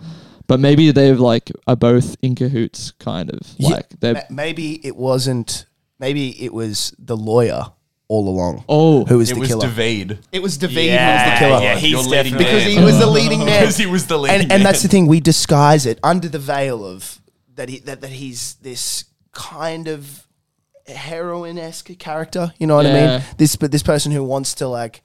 D: but maybe they've like are both in cahoots, kind of like
B: Ma-
D: they're.
B: Maybe it wasn't. Maybe it was the lawyer all along.
D: Oh,
B: who was
C: It
B: the
C: was
B: killer?
C: David.
B: it was David
E: Yeah,
B: who was the killer.
E: yeah, he's
C: Your leading
E: definitely-
B: because he was the leading man.
C: Because he was the leading
B: and, and that's
C: man.
B: the thing. We disguise it under the veil of that. He, that that he's this kind of heroin esque character. You know what I
D: Yeah.
B: mean? This but this person who wants to like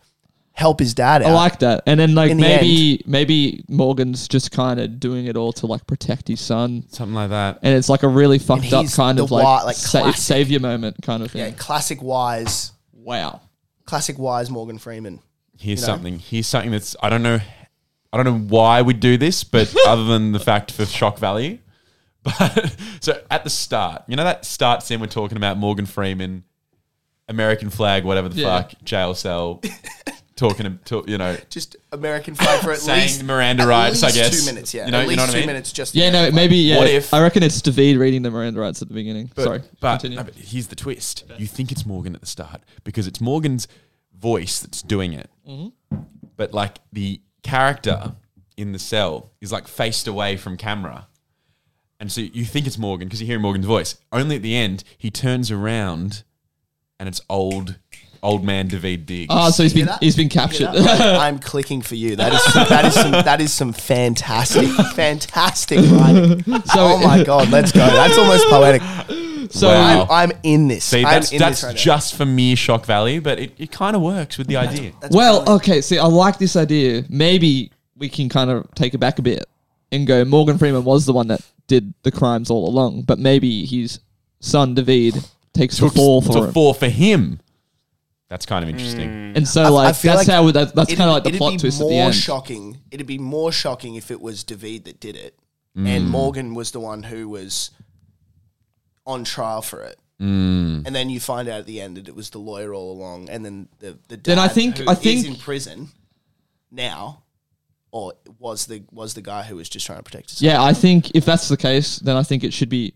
B: help his dad out.
D: Oh, I like that. And then like
B: In the
D: maybe maybe Morgan's just kind of doing it all to like protect his son.
C: Something like that.
D: And it's like a really fucked up
B: he's
D: kind
B: the
D: of like,
B: wi- like
D: sa-
B: classic.
D: savior moment kind of
B: yeah,
D: thing.
B: classic wise,
D: Wow.
B: classic wise Morgan Freeman.
C: Here's
B: you know?
C: something. Here's something that's I don't know. I don't know why we do this, but other than the fact for shock value. But so at the start, you know that start scene we're talking about Morgan Freeman, American flag, whatever the
D: Yeah.
C: fuck, jail cell, talking to you know
B: Just American flag for at
C: Saying
B: least
C: Miranda
B: at
C: rights, I
B: least
C: guess.
B: two minutes. Yeah,
C: You know-
B: at
C: you
B: least
C: know what I
B: two
C: mean?
B: minutes. Just
D: Yeah, no, maybe yeah.
C: What if-
D: I reckon it's David reading the Miranda rights at the beginning. Sorry.
C: But,
D: continue.
C: no, but here's the twist. You think it's Morgan at the start because it's Morgan's voice that's doing it.
D: Mm-hmm.
C: But like the character in the cell is like faced away from camera. And so you think it's Morgan because you hear Morgan's voice. Only at the end, he turns around and it's old old man David Diggs.
D: Oh, so he's been
B: that?
D: he's been captured.
B: I'm clicking for you. That is some, that is some that is some fantastic, fantastic writing. oh my god, let's go. That's almost poetic.
D: so
C: Wow.
B: I'm, I'm in this.
C: See,
B: I'm
C: that's,
B: in
C: that's
B: this right now.
C: just for mere shock value, but it, it kind of works with the idea.
D: well, okay, see I like this idea. Maybe we can kind of take it back a bit and go Morgan Freeman was the one that did the crimes all along, but maybe his son David takes the fall
C: It's
D: for
C: a
D: him.
C: four for him. That's kind of interesting.
D: And so,
B: I
D: like,
B: feel
D: that's
B: like
D: how that, that's
B: It'd-
D: kind of like the
B: it'd
D: plot
B: be
D: twist at
B: more
D: the end.
B: shocking. It'd be more shocking if it was David that did it,
D: Mm.
B: and Morgan was the one who was on trial for it.
D: Mm.
B: And then you find out at the end that it was the lawyer all along, and then the the dad
D: Then I think-
B: who
D: I
B: is
D: think-
B: in prison now, or was the was the guy who was just trying to protect his
D: Yeah, I think if that's the case, then I think it should be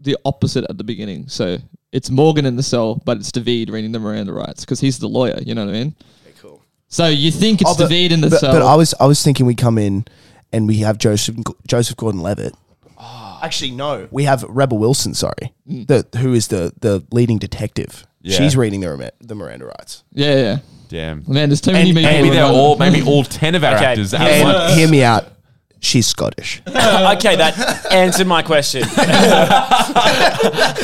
D: the opposite at the beginning. So it's Morgan in the cell, but it's David reading the Miranda rights because he's the lawyer. You know what I mean?
B: Okay, cool.
D: So you think it's
B: Oh, but-
D: David in the
B: but,
D: cell?
B: But I was I was thinking we come in and we have Joseph Joseph Gordon Levitt. Ah, Actually, no. We have Rebel Wilson. Sorry,
D: Hmm.
B: the, who is the the leading detective?
C: Yeah.
B: She's reading the Rema- the Miranda rights.
D: yeah, yeah.
C: Damn.
D: Man, there's too many.
B: And-
D: people
C: Maybe
D: who
C: they're
D: are-
C: all maybe all ten of our
E: Okay.
C: actors. at
E: And-
C: once.
B: And hear me out. She's Scottish.
E: okay, that answered my question.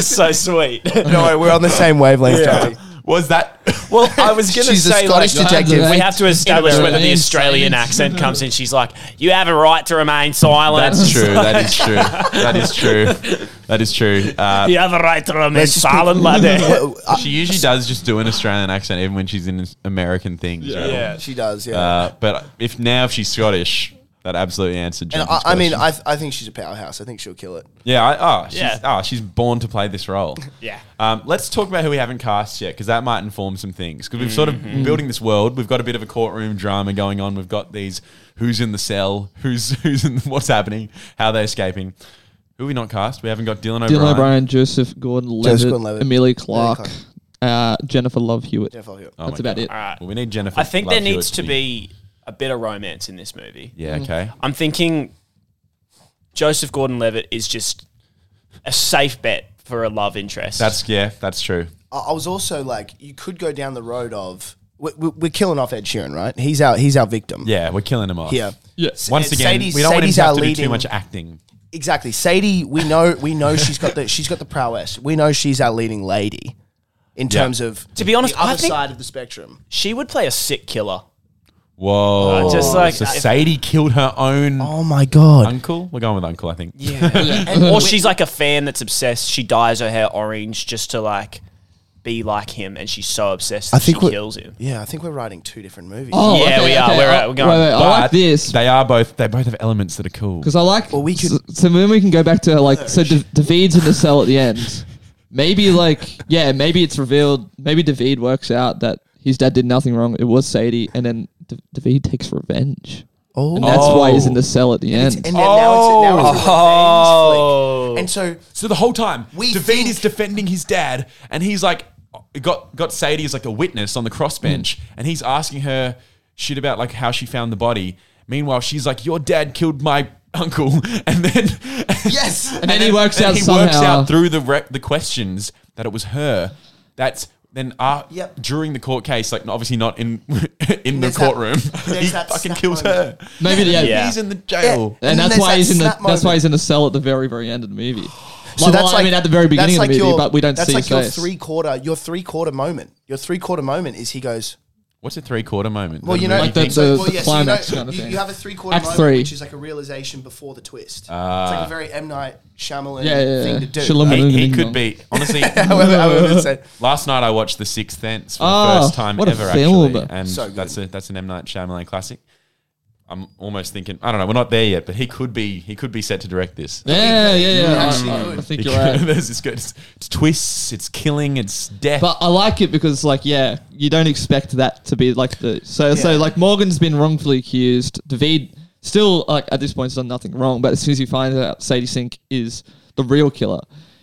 E: so sweet.
B: no, we're on the same wavelength. Charlie.
C: was that?
E: Well, I was going to
F: She's a
E: say, like,
F: Scottish detective.
E: we have to establish whether the
D: Remain
E: Australian
D: silent.
E: accent comes in. She's like, you have a right to remain silent.
C: That's true. That is true. That is true. That is true. Uh,
E: You have a right to remain
B: just put-
E: silent, laddie.
B: uh,
C: She usually does just do an Australian accent, even when she's in American things. right?
E: yeah.
B: She does, yeah.
C: Uh, but if now if she's Scottish, that absolutely answered.
B: and I,
C: Jonathan's
B: I mean,
C: question.
B: I, th- I think she's a powerhouse. I think she'll kill it.
C: yeah, I, oh, she's,
E: Yeah.
C: oh, she's born to play this role.
E: Yeah.
C: Um, let's talk about who we haven't cast yet, because that might inform some things. Because we've sort of
E: Mm-hmm.
C: building this world. We've got a bit of a courtroom drama going on. We've got these who's in the cell, who's who's in what's happening, how they're escaping. Who we not cast? We haven't got Dylan O'Brien.
D: Dylan O'Brien, Joseph Gordon-Levitt,
B: Joseph Gordon-Levitt.
D: Amelia Clark,
B: Amelia
D: uh, Jennifer Love Hewitt.
B: Yeah, fuck it.
C: Oh
D: That's
C: my
D: about
C: God.
D: it.
E: All right.
C: Well, we need Jennifer.
E: I think there
C: Love Hewitt
E: needs to be a bit of romance in this movie.
C: Yeah. Okay.
E: I'm thinking Joseph Gordon Levitt is just a safe bet for a love interest.
C: That's yeah. That's true.
B: I, I was also like, you could go down the road of we, we, we're killing off Ed Sheeran, right? He's our he's our victim.
C: Yeah, we're killing him off.
B: Yeah.
D: Yes.
C: Once again,
B: Sadie's-
C: we don't
B: Sadie's
C: want
B: our
C: him to have to do
B: leading-
C: too much acting.
B: Exactly. Sadie, we know we know she's got the she's got the prowess. We know she's our leading lady in terms of
E: To be honest,
B: the other
E: I think-
B: side of the spectrum.
E: She would play a sick killer.
C: Whoa!
E: Uh, just like-
C: so Sadie killed her own
B: Oh my god.
C: uncle. We're going with uncle, I think. Yeah.
E: or she's like a fan that's obsessed. She dyes her hair orange just to like be like him, and she's so obsessed that
B: I think
E: she
B: we-
E: kills him.
B: Yeah, I think we're writing two different movies.
D: Oh,
E: Yeah,
D: okay,
E: we are.
D: okay.
E: We're-
D: I-
E: we're going
D: Wait, wait, I like this
C: They are both. They both have elements that are cool.
D: because I like.
B: Well, we could-
D: so, so then we can go back to like so D- David's in the cell at the end. Maybe like yeah, maybe it's revealed. Maybe David works out that his dad did nothing wrong. It was Sadie, and then D- David takes revenge.
B: Oh.
D: and that's why he's in
C: Oh.
D: the cell at the end.
B: And then now it's, now it's a
E: Oh.
B: revenge flick. And so
C: so the whole time,
B: We
C: David
B: think-
C: is defending his dad, and he's like, got got Sadie as like a witness on the crossbench, and he's asking her shit about like how she found the body. Meanwhile, she's like, "Your dad killed my." Uncle, and then
B: Yes.
D: And then he works
C: then
D: out
C: He works
D: somehow.
C: out through the rec- the questions that it was her. That's then uh,
B: Yep.
C: during the court case, like obviously not in in the
B: There's that-
C: courtroom. he
B: there's that
C: fucking
B: snap
C: kills
B: moment.
C: her.
D: Maybe the end.
E: Yeah.
C: He's in the jail.
B: Yeah.
D: And,
B: And then
D: that's
B: there's
D: why
B: that
D: he's in the
B: snap
D: that's why
B: moment.
D: he's in the cell at the very very end of the movie.
B: So
D: Like,
B: that's
D: well,
B: like
D: I mean, at the very beginning
B: that's
D: of
B: like
D: the movie,
B: your-
D: but we don't
B: that's
D: see
B: like
D: his
B: your
D: face.
B: three quarter your three quarter moment. Your three quarter moment is he goes.
C: What's a three quarter moment?
B: Well, you know,
D: Like the-
B: so-
D: the-
B: well,
D: the
B: yeah,
D: climax
B: so you, know,
D: kind of
B: you-
D: thing.
B: you have a three quarter
D: Act
B: moment,
D: three.
B: which is like a realization before the twist. it's like a very M Night Shyamalan
D: Yeah, yeah,
B: thing
D: yeah.
B: to do.
D: Shalom-
C: he, he could be honestly.
B: However, however it's said.
C: Last night I watched The Sixth Sense for
D: Oh,
C: the first time
D: what a
C: ever,
D: film.
C: actually, and
B: So good.
C: that's a that's an M Night Shyamalan classic. I'm almost thinking. I don't know. We're not there yet, but he could be. He could be set to direct this.
D: Yeah, yeah, yeah.
B: actually
D: I- I-
B: good.
D: I think you're right.
C: Because There's this good. It's, it's twists. It's killing. It's death.
D: But I like it because, like, yeah, you don't expect that to be like the so so
B: Yeah.
D: like Morgan's been wrongfully accused. David still like at this point has done nothing wrong, but as soon as he finds out Sadie Sink is the real killer,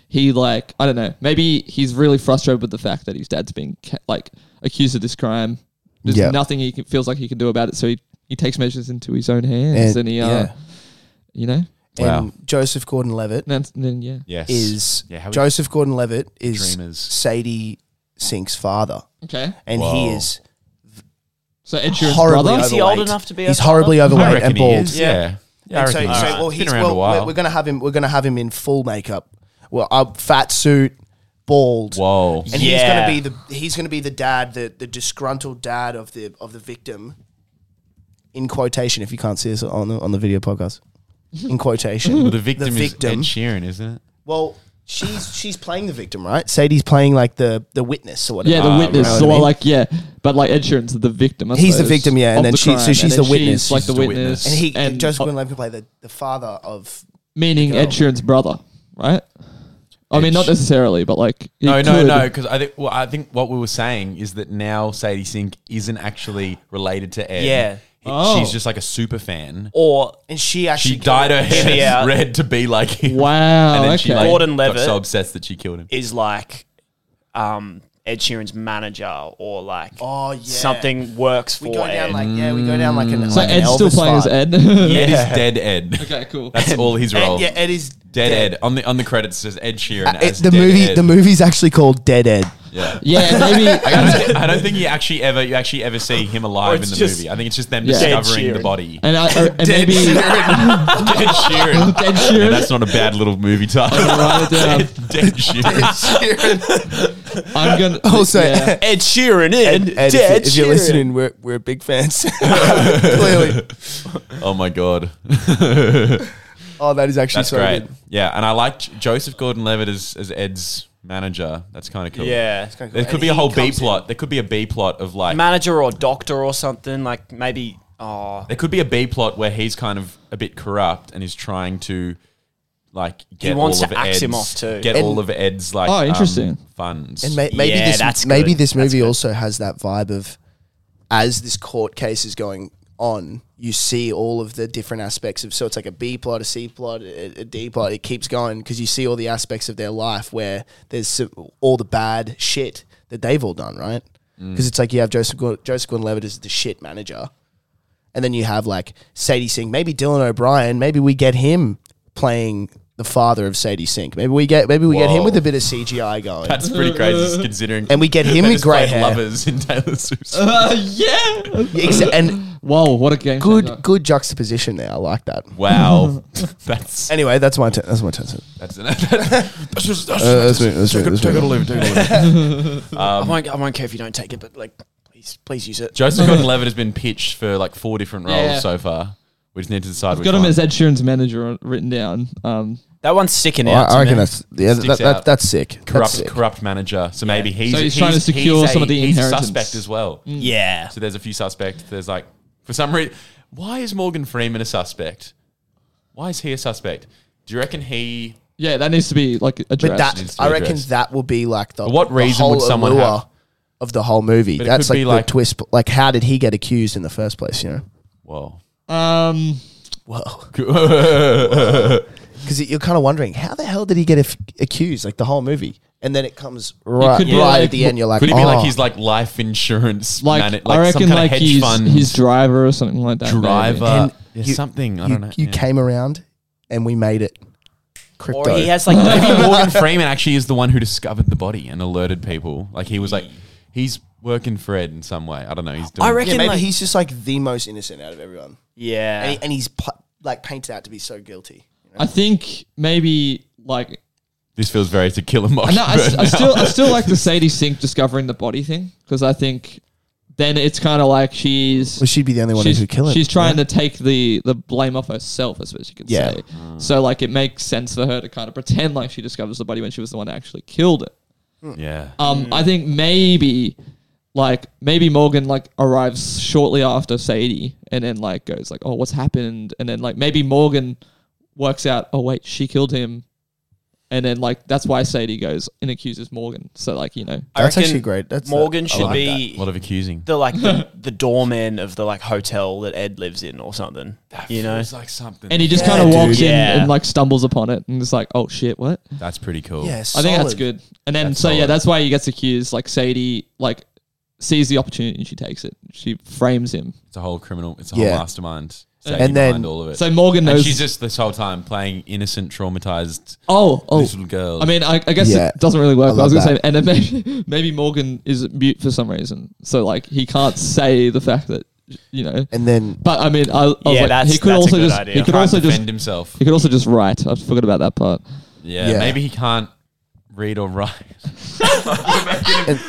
D: he like I don't know. Maybe he's really frustrated with the fact that his dad's been ca- like accused of this crime. There's
B: Yeah.
D: nothing he can, feels like he can do about it, so he, he takes measures into his own hands,
B: And-
D: and, he uh,
B: yeah.
D: you know, and
C: Wow.
B: And Joseph Gordon Levitt
D: that's- and then yeah,
C: yes.
B: is
C: Yeah, how we-
B: Joseph Gordon Levitt is
C: Dreamers.
B: Sadie Sink's father,
D: okay.
B: and he
C: Whoa.
B: is
D: So Ed Sheeran's
B: horribly
D: brother.
B: overweight.
E: Is he old enough to be a
B: He's horribly
C: I
B: overweight
C: reckon
B: and
C: he
B: bald.
C: is. Yeah. yeah. I
B: And so,
C: reckon he is.
B: so, well,
C: Been
B: he's
C: around a
B: well.
C: while.
B: We're, we're gonna have him. We're gonna have him in full makeup. Well, a fat suit, bald.
C: Whoa.
E: Yeah.
B: and he's gonna be the he's gonna be the dad, the the disgruntled dad of the of the victim. In quotation, if you can't see this on the on the video podcast, in quotation,
C: the victim,
B: victim.
C: is Ed Sheeran, isn't it?
B: Well, she's she's playing the victim, right? Sadie's playing like the the witness or whatever.
D: Yeah, the witness.
B: you know
D: so,
B: what I mean?
D: like, yeah, but like Ed Sheeran's the victim. I
B: Uh, He's the
D: suppose,
B: victim, yeah, and
D: of
B: then
D: the
B: she- so
D: crime,
B: she's
D: and
B: the
D: then she's,
B: witness.
D: like
C: She's
D: the
C: the witness.
D: witness,
B: and he and Joseph
D: uh,
B: Gordon-Levitt could play the the father of.
D: meaning Ed Sheeran's brother, right? I mean, not necessarily, but like, he
C: No, no,
D: could-
C: no. Because I think, well, I think what we were saying is that now Sadie Sink isn't actually related to Ed.
E: Yeah.
D: Oh.
C: She's just like a super fan.
E: Or
B: And she actually
C: She dyed her
E: Hear me
C: hair
E: out.
C: red to be like him.
D: Wow,
C: And then
D: okay.
C: she like,
E: Gordon
C: got
E: Levitt.
C: so obsessed that she killed him.
E: is like um, Ed Sheeran's manager, or like
B: Oh, yeah.
E: something works for
B: We go
E: Ed.
B: down like yeah, we go down like an.
D: So
B: like an
D: Ed's still
B: Elvis
D: playing as
B: vibe.
D: Ed.
C: Ed is dead Ed.
D: okay, cool.
C: That's all his
B: Ed,
C: role.
B: yeah, Ed is
C: Dead, Ed. On the on the credits it says Ed Sheeran.
B: Uh, It-
C: as
B: the
C: Dead
B: movie
C: Ed.
B: the movie's actually called Dead Ed.
C: Yeah.
D: Yeah, maybe.
C: I don't, thi- I don't think you actually ever you actually ever see him
E: Or
C: alive in
E: it's
C: the
E: just
C: movie. I think it's just them
D: Yeah. Dead
C: discovering the
E: Sheeran.
C: body.
D: and I, or- and
C: Dead
D: maybe
C: Sheeran. Dead Sheeran.
D: Ed
C: Yeah,
D: Sheeran.
C: that's not a bad little movie title.
D: write it down.
C: Dead Sheeran.
D: I'm gonna
B: Also,
D: yeah.
E: Ed Sheeran in.
B: Ed, if, you,
E: Dead
B: if you're
E: Sheeran.
B: listening, we're, we're big fans. Clearly.
C: Oh my god,
B: Oh, that is actually
C: that's
B: so
C: great.
B: good.
C: Yeah, and I like J- Joseph Gordon-Levitt as as Ed's manager. That's kind of cool.
E: Yeah.
B: kinda
C: there
B: cool.
C: could
E: And
C: be a
E: he
C: whole B
E: comes in.
C: plot. There could be a B plot of like
E: Manager or doctor or something. Like maybe. Oh.
C: there could be a B plot where he's kind of a bit corrupt and is trying to like get
E: wants
C: all
E: to
C: of
E: axe
C: Ed's,
E: him off too.
C: Get
B: And-
C: all of Ed's like
D: Oh,
C: um,
D: interesting.
C: funds.
B: And may- maybe
E: Yeah,
B: this
E: that's
B: maybe
E: good.
B: this
E: That's
B: movie
E: good.
B: also has that vibe of as this court case is going on, you see all of the different aspects of so it's like a B plot, a C plot, a, a D plot. It keeps going because you see all the aspects of their life where there's some, all the bad shit that they've all done, right?
E: Mm.
B: Because it's like you have Joseph Gor- Joseph Gordon-Levitt as the shit manager, and then you have like Sadie Sink, maybe Dylan O'Brien, maybe we get him playing the father of Sadie Sink. Maybe we get maybe we get him
C: Whoa.
B: with a bit of CGI going.
C: that's pretty crazy considering.
B: And we get him
C: they
B: with
C: just
B: grey
C: played
B: hair.
C: lovers in Taylor Swift's.
D: Uh, yeah.
B: Yeah, exa- and
D: Whoa, what a game! changer.
B: good good juxtaposition there. I like that.
C: wow, that's
B: Anyway, that's my turn. That's my turn. sir.
C: that's that's, that's, just, that's,
B: that's me, that's me,
C: take, it-
B: that's
C: take
B: me.
C: it or leave it. Take it or leave it.
E: I
C: Um,
E: won't. I won't care if you don't take it, but like, please, please use it.
C: Joseph Gordon-Levitt has been pitched for like four different roles
D: Yeah.
C: so far. We just need to decide.
D: I've
C: which
D: got him
C: one.
D: as Ed Sheeran's manager on- written down. Um,
E: That one's sickening
B: I,
E: out. to
B: I reckon
E: me.
B: that's yeah, that,
C: Sticks
B: that,
C: out.
B: that's sick.
C: corrupt
B: That's sick.
C: corrupt manager. So maybe he's,
D: So he's trying to secure
C: he's
D: some
C: a-
D: of the
C: he's a
D: inheritance.
C: suspect as well.
B: Mm.
E: yeah.
C: So there's a few suspects. There's like for some reason, why is Morgan Freeman a suspect? Why is he a suspect? Do you reckon he?
D: yeah, that needs to be like
B: But
D: addressed.
B: that
C: needs to be
B: I reckon
C: addressed.
B: that will be like the
C: what
B: the
C: reason would
B: whole
C: someone
B: allure
C: have-
B: of the whole movie?
C: But it
B: that's
C: could
B: like
C: be
B: the
C: like-
B: twist. Like how did he get accused in the first place? You know.
C: Whoa.
D: um,
B: Whoa.
C: Whoa.
B: Because you're kind of wondering how the hell did he get af- accused? Like the whole movie, and then it comes right,
D: could be
B: right
D: like-
B: at the end. You're like,
C: Could it be
B: oh.
C: like he's like life insurance?
D: like,
C: man-
D: I
C: some
D: reckon
C: kind of
D: like
C: hedge
D: he's
C: fund
D: his driver or something like that. maybe.
C: driver.
B: And
C: Yeah,
B: you-
C: something. I
B: you,
C: don't know.
B: you
C: yeah.
B: came around, and we made it. Crypto.
E: Or he has like
C: Maybe Morgan Freeman actually is the one who discovered the body and alerted people. Like he was like, he's working for Ed in some way. I don't know. He's doing.
E: I reckon
B: yeah, maybe
E: like,
B: he's just like the most innocent out of everyone.
E: yeah.
B: and, he, and he's pu- like painted out to be so guilty.
D: I think maybe like
C: This feels very to kill a mockingbird.
D: no, I, s- I still I still like the Sadie Sink discovering the body thing because I think then it's kind of like she's
B: Well, she'd be the only one who
D: she's,
B: could kill him.
D: she's trying to take the the blame off herself, I suppose you could
B: Yeah.
D: say. So like it makes sense for her to kind of pretend like she discovers the body when she was the one that actually killed it.
C: Yeah.
D: Um, I think maybe, like maybe Morgan like arrives shortly after Sadie, and then like goes like, "Oh, what's happened?" And then like maybe Morgan works out, "Oh wait, she killed him," and then like that's why Sadie goes and accuses Morgan. So like you know,
E: I
B: That's
E: reckon
B: actually great. That's uh,
E: Morgan
B: I
E: should
B: like
E: be
C: a lot of accusing.
E: the like the, the doorman of the like hotel that Ed lives in or something. you know.
C: it's like something.
D: and he just
B: Yeah,
D: kind of walks
E: dude.
D: in
E: Yeah.
D: and like stumbles upon it, and it's like, "Oh shit, what?"
C: That's pretty cool.
B: Yeah,
D: I think that's
B: solid.
D: good. And then
C: That's
D: so yeah,
C: solid.
D: that's why he gets accused. Like Sadie like sees the opportunity and she takes it. She frames him.
C: It's a whole criminal. It's a
B: Yeah.
C: whole mastermind.
B: And
C: and
B: then-
C: then all of it.
D: So Morgan
C: and
D: knows.
C: she's just this whole time playing innocent, traumatized
D: oh, oh,
C: little girl.
D: I mean, I, I guess
B: Yeah.
D: it doesn't really work.
B: I
D: but I, was
B: love
D: gonna say, and then maybe, maybe Morgan is mute for some reason, so like he can't say the fact that you know.
B: And then
D: But I mean, I, I was
E: Yeah,
D: like,
E: that's-
D: he could
E: that's a
D: also
E: good
D: just
E: idea.
D: he could
C: trying
D: also
C: to
D: just
C: defend himself.
D: he could also just write. I forgot about that part.
C: Yeah,
B: Yeah.
C: maybe he can't read or write.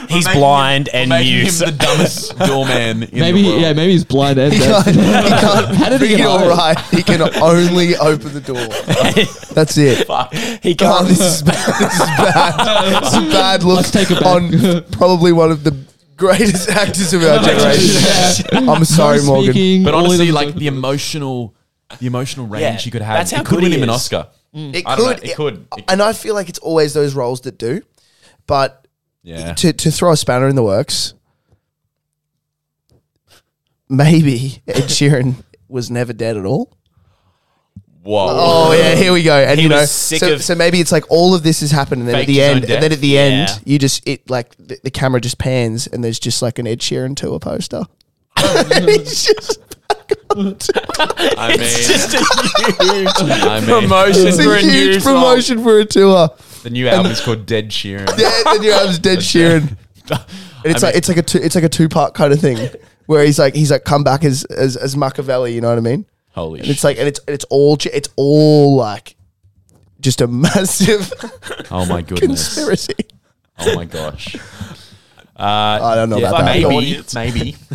E: He's blind and
C: Making him
E: mute.
C: the dumbest doorman. In
D: Maybe
C: the world.
D: yeah, maybe he's blind. and
B: can't- he can't
D: How did he
B: read
D: get
B: or
D: hired?
B: write. He can only open the door. That's it.
E: he
B: Oh,
E: can't.
B: this is bad. This is bad. This is a bad look
D: Let's take it back.
B: on probably one of the greatest actors of our generation. I'm sorry,
D: No
B: Morgan.
D: speaking,
C: But
D: all
C: honestly,
D: of-
C: like the emotional, the emotional range
E: Yeah,
C: he could have.
E: that's how
C: it could
E: good
C: win
E: he
C: him an
E: is.
C: Oscar.
B: It
C: I
B: could, Oh.
C: don't know, it could, it
B: and I feel like it's always those roles that do. But
C: Yeah.
B: to, to throw a spanner in the works, maybe Ed Sheeran was never dead at all.
C: Whoa.
B: Oh yeah, here we go. And
E: He
B: you
E: was
B: know,
E: sick
B: so,
E: of-
B: so maybe it's like all of this has happened, and then at
C: Faked
B: the
C: his own
B: end, and then
C: death.
B: at the end,
E: Yeah.
B: you just it like the, the camera just pans, and there's just like an Ed Sheeran tour poster. It's just-
C: I mean,
E: Just a huge
C: I mean,
E: promotion
B: it's
E: for
B: a
E: a new
B: huge
E: song.
B: promotion for a tour.
C: The new album is called Dead Sheeran.
B: Dead, and your album's Dead Sheeran. And it's
C: I
B: like it's like a two, it's like a two part kind of thing where he's like he's like come back as as, as Machiavelli, you know what I mean?
C: Holy
B: And it's like and it's and it's all ch- it's all like just a massive
C: Oh my goodness.
B: conspiracy.
C: Oh my gosh. Uh,
B: I don't know
C: yeah,
B: about that.
C: maybe, maybe.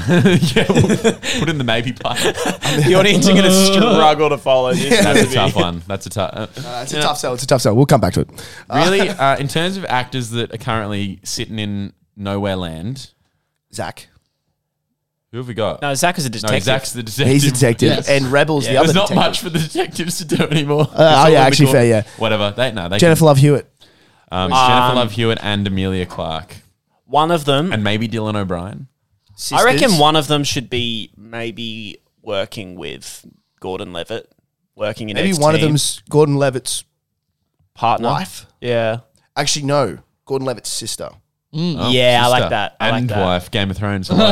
C: yeah, we'll put in the maybe part.
E: the audience are going to struggle to follow this.
C: That's a tough one. That's a tough.
B: Uh, it's a tough sell. It's a tough sell. We'll come back to it.
C: really, uh, in terms of actors that are currently sitting in nowhere land,
B: Zach.
C: who have we got?
E: No, Zach is a detective.
C: No, Zach's the detective.
B: He's a detective.
D: Yes.
B: And Rebel's the other
C: There's not
B: detective.
C: much for the detectives to do anymore. It's
B: oh,
C: all
B: yeah,
C: in the
B: actually
C: court.
B: fair, yeah.
C: Whatever. They, no, they
B: Jennifer Love Hewitt.
C: can- um, Jennifer Love Hewitt and Amelia Clark.
E: One of them.
C: And maybe Dylan O'Brien.
E: I reckon
B: Sisters.
E: one of them should be maybe working with Gordon Levitt, working in
B: Maybe
E: X
B: one of
E: Team,
B: them's Gordon Levitt's
E: partner.
B: wife.
E: Yeah,
B: Actually, no. Gordon Levitt's sister.
C: Oh,
E: Yeah, I like
C: sister.
E: that. I like
C: and
E: that.
C: wife, Game of Thrones. Hello.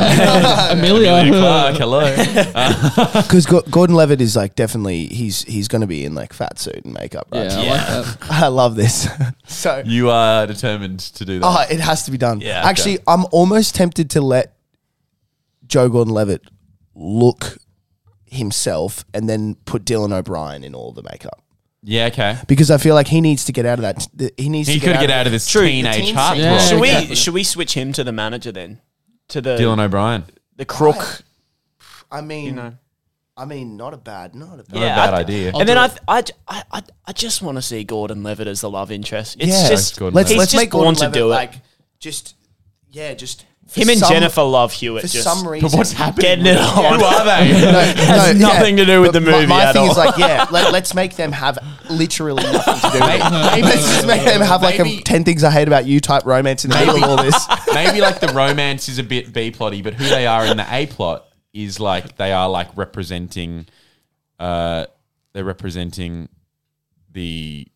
C: Amelia
D: Amelia.
C: Clark, hello.
B: Because Gordon Levitt is like definitely he's he's going to be in like fat suit and makeup, right?
D: Yeah, I like that.
B: I love this. so
C: You are determined to do that.
B: oh, it has to be done.
C: Yeah,
B: Actually, I'm almost tempted to let Joe Gordon Levitt look himself and then put Dylan O'Brien in all the makeup
C: yeah, okay.
B: because I feel like he needs to get out of that. th- He needs
C: He
B: to get
C: could
B: out
C: get out
B: of
C: of this
E: True, the
C: teenage
B: teen
C: heart.
B: scene.
D: Yeah.
E: Should
C: problem.
E: we
B: Exactly.
E: should we switch him to the manager then? To the
C: Dylan O'Brien.
E: the crook,
B: I mean,
E: you know.
B: I mean, not a bad, not a bad.
C: Not a bad idea.
E: And
D: do
E: then I,
D: it.
E: th- I, j- I, I- I just want to see Gordon Levitt as the love interest. It's
B: Yeah.
E: just
C: Gordon
B: Let's
E: he's
C: Levitt.
B: let's
E: just
B: make Gordon
E: born to
B: Levitt,
E: do it.
B: like just yeah, just for
E: him and
B: some-
E: Jennifer Love Hewitt.
B: for
E: just
B: some reason.
C: But what's happening?
E: Getting it on.
C: Who are they?
B: no, has
E: nothing to do with the movie
B: My,
E: at
B: thing is
E: all.
B: like, yeah, let, let's make them have literally nothing to do. With it. let's just make them have like
C: Maybe-
B: a ten things I hate about you type romance in the middle of all this.
C: Maybe like the romance is a bit B plotty, but who they are in the A plot is like they are like representing, uh, they're representing the,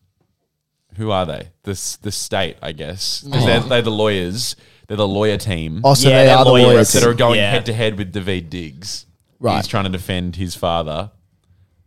C: who are they? The s- the state, I guess, because they're, they're the lawyers. They're the lawyer team
B: Oh, so
E: Yeah,
B: they
E: that
B: are the
E: lawyer
B: lawyers.
C: that are going
E: Yeah.
C: head to head with David Diggs.
B: Right.
C: he's trying to defend his father.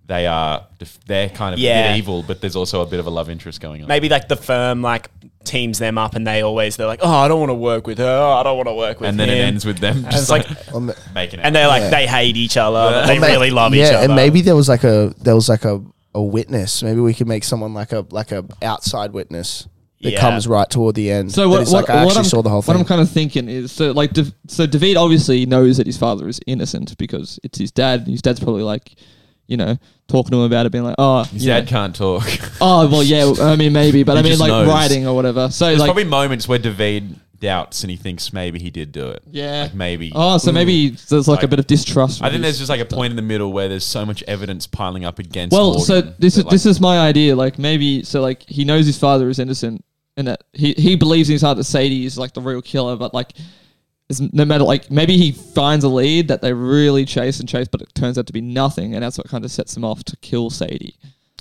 C: They are def- they're kind of a
E: Yeah.
C: bit evil, but there's also a bit of a love interest going on.
E: maybe like the firm like teams them up and they always they're like, oh, I don't want to work with her. Oh, I don't want to work with
C: and then
E: him.
C: it ends with them just
E: it's
C: like,
E: like-
B: Um,
C: making it.
E: and they like they hate each other. but They
B: ma-
E: really love
B: yeah,
E: each other.
B: and maybe there was like a there was like a, a witness. Maybe we could make someone like a like a outside witness that
E: Yeah.
B: comes right toward the end.
D: So what,
B: that is
D: what,
B: like, I
D: what
B: actually
D: I'm,
B: saw the whole
D: what I'm
B: thing.
D: kind of thinking is so like Dav- so David obviously knows that his father is innocent because it's his dad and his dad's probably like you know talking to him about it being like oh
C: His
D: you know,
C: dad can't talk. There's
D: oh well yeah I mean maybe but I mean
C: just
D: like
C: knows.
D: writing or whatever so like
C: probably moments where David doubts and he thinks maybe he did do it.
D: yeah
C: Like maybe.
D: oh so maybe there's like,
C: Mm.
D: a
C: Like-
D: bit of distrust
C: I
D: with
C: think
D: his-
C: there's just like a point in the middle where there's so much evidence piling up against.
D: Well,
C: Morgan
D: so this
C: that,
D: is
C: like,
D: this is my idea. Like maybe so like he knows his father is innocent and that he he believes in his heart that Sadie is like the real killer, but like is no matter like maybe he finds a lead that they really chase and chase, but it turns out to be nothing, and that's what kind of sets him off to kill Sadie.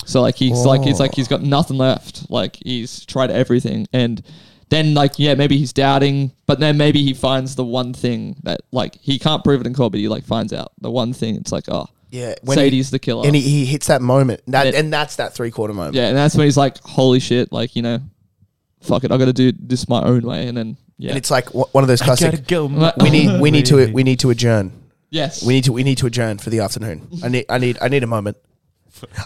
D: So like he's like he's like he's got nothing left. Like he's tried everything and. Then like yeah maybe he's doubting but then maybe he finds the one thing that like he can't prove it in court but he like finds out the one thing it's like oh
B: Yeah, when he-
D: Sadie's the killer
B: and he, he hits that moment, that,
D: It-
B: and that's that three quarter moment.
D: yeah, and that's when he's like, "Holy shit!" Like you know, fuck it, I got to do this my own way, and then yeah,
B: And it's like wh- one of those classic.
D: Like,
B: We need we need to we need to adjourn.
D: yes,
B: We need to we need to adjourn for the afternoon. I need I need I need a moment.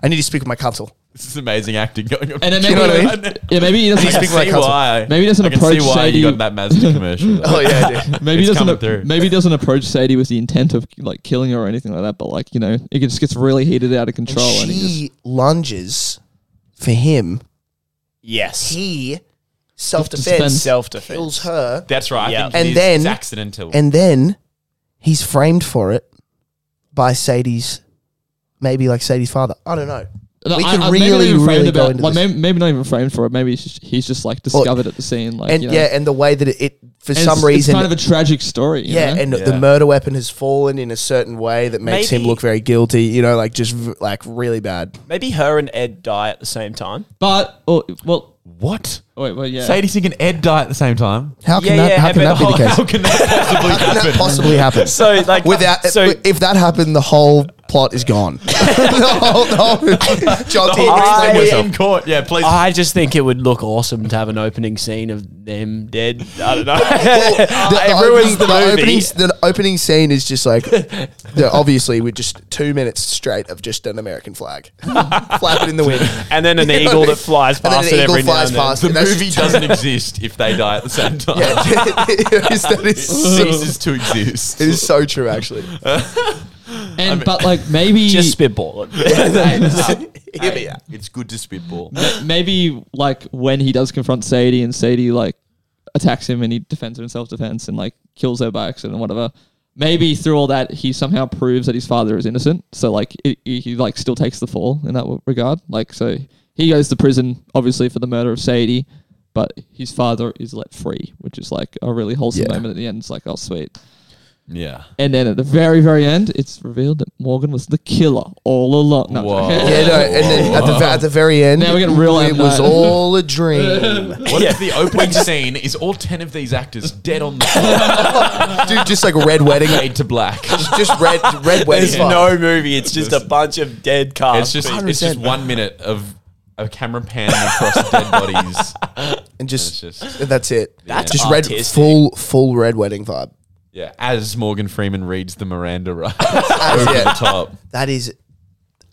B: I need to speak with my counsel.
C: This is amazing acting going on.
D: and then
B: you
D: maybe
B: know what I mean?
D: yeah, maybe he
C: I
D: doesn't.
C: can
B: Speak like
C: see
B: cousin.
C: why.
D: Maybe that's an
C: I can
D: approach
C: see why
D: Sadie-
C: you got that Mazda commercial.
B: Oh yeah, dude.
D: Maybe he
C: it's coming through.
D: doesn't. Maybe he doesn't approach Sadie with the intent of like killing her or anything like that. But like you know, it just gets really heated out of
B: And
D: control. And, he just,
B: she lunges for him.
E: yes,
B: He self defense
E: self
B: kills
E: defense.
B: her,
C: That's right.
E: Yeah.
C: I think it
B: And
C: is.
B: then-
C: it's accidental.
B: and then he's framed for it by Sadie's, maybe like Sadie's father. I don't know.
D: No,
B: we
D: I-
B: could
D: I- maybe not
B: really,
D: even framed
B: really go
D: about-
B: into
D: like,
B: this.
D: maybe, maybe not even framed for it. Maybe he's just, he's just like discovered at the scene. Like
B: and
D: you know.
B: yeah, and the way that it, it for
D: And
B: some
D: it's,
B: reason,
D: it's kind of a tragic story. you
B: yeah,
D: know?
B: and
C: Yeah.
B: the murder weapon has fallen in a certain way that makes him
E: Maybe-
B: look very guilty. You know, like just v- like really bad.
E: Maybe her and Ed die at the same time.
D: but oh, well,
C: what?
D: wait, well, yeah.
C: Sadie Sink and Ed die at the same time.
B: How can
E: Yeah,
B: that?
E: yeah,
B: how can
E: but
B: that be the
E: the
B: case?
C: How can that possibly
B: How can
C: happen?
B: that possibly happen?
E: So like
B: Without
E: so
B: if that happened, the whole plot is gone. the whole, the whole, John T.
E: I-
C: Explain
E: I-
C: yourself. in court. Yeah, please.
E: I just think it would look awesome to have an opening scene of them dead. I don't know. it ruins the, movie.
B: Opening, the opening scene is just like, the- obviously, we're just two minutes straight of just an American flag, flap it in the wind,
E: and then an
B: You know
E: eagle
B: what I
E: that
B: mean?
E: flies
B: And then
E: past
B: an
E: it
B: eagle
E: every now
B: flies
E: and then.
B: past
C: the
B: it. That's-
C: movie doesn't exist if they die at the same time.
B: Yeah, it is- that
C: It
B: is,
C: ceases to exist.
B: it is so true, actually.
D: And but like maybe
E: Just spitball it.
B: Hear me out.
C: It's good to spitball.
D: maybe like when he does confront Sadie and Sadie like attacks him and he defends himself defense and like kills her by accident and whatever. Maybe through all that he somehow proves that his father is innocent. So like it, he, he like still takes the fall in that w- regard. Like so he goes to prison obviously for the murder of Sadie, but his father is let free, which is like a really wholesome
B: Yeah.
D: moment at the end. It's like oh sweet.
C: Yeah.
D: And then at the very very end, it's revealed that Morgan was the killer all along. No,
C: Whoa.
B: Yeah, no, and then at the, at the very end,
D: Now we're getting real
B: it
D: M.
B: was
D: Night.
B: all a dream.
C: What if the opening scene is all 10 of these actors dead on the floor,
B: Dude, just like red wedding,
C: fade to black?
B: just red, red wedding.
E: There's
B: vibe.
E: no movie. It's just a bunch of dead
C: It's
E: cast.
C: just, it's just
B: 100%.
C: one minute of a camera panning across dead bodies.
B: and just,
C: It's just,
B: that's it.
E: That's
B: just red,
E: artistic.
B: full, full red wedding vibe.
C: yeah, as Morgan Freeman reads the Miranda rights
B: That's
C: over
B: it.
C: the top.
B: That is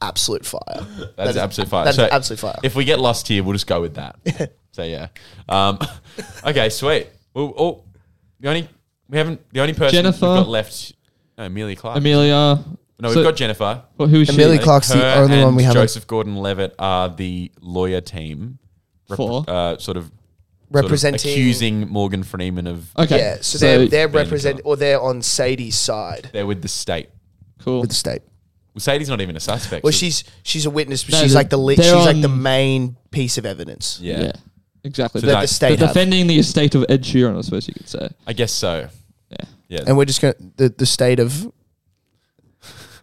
B: absolute fire.
C: That's
B: That is-
C: absolute fire.
B: that is
C: So
B: absolute fire.
C: If we get lost here, we'll just go with that. so yeah. Um, okay, sweet. Well, oh, the only we haven't the only person
D: Jennifer.
C: we've got left. No, Amelia Clark.
D: Amelia.
C: no, we've
D: so-
C: got Jennifer.
D: Well, who is she?
B: Amelia Clark's the
C: Her
B: only
C: and
B: one we haven't
C: Joseph Gordon-Levitt are the lawyer team. rep-
D: For?
C: uh, sort of sort of
B: representing.
C: accusing Morgan Freeman of.
D: Okay.
B: Yeah, so, they're they're
C: Being
B: represent
C: killed.
B: or they're on Sadie's side
C: They're with the state.
D: cool.
B: with the state.
C: Well, Sadie's not even a suspect.
B: Well,
C: so-
B: she's she's a witness, but
D: No,
B: she's
D: the-
B: like the li-
D: they're
B: she's like the
D: on-
B: main piece of evidence
C: yeah,
D: Yeah. Exactly.
C: So
D: They're
C: that-
B: that the
D: they're
B: state have.
D: defending the estate of Ed Sheeran, I suppose you could say.
C: I guess so.
D: Yeah.
C: Yeah,
B: and we're just going to the, the state of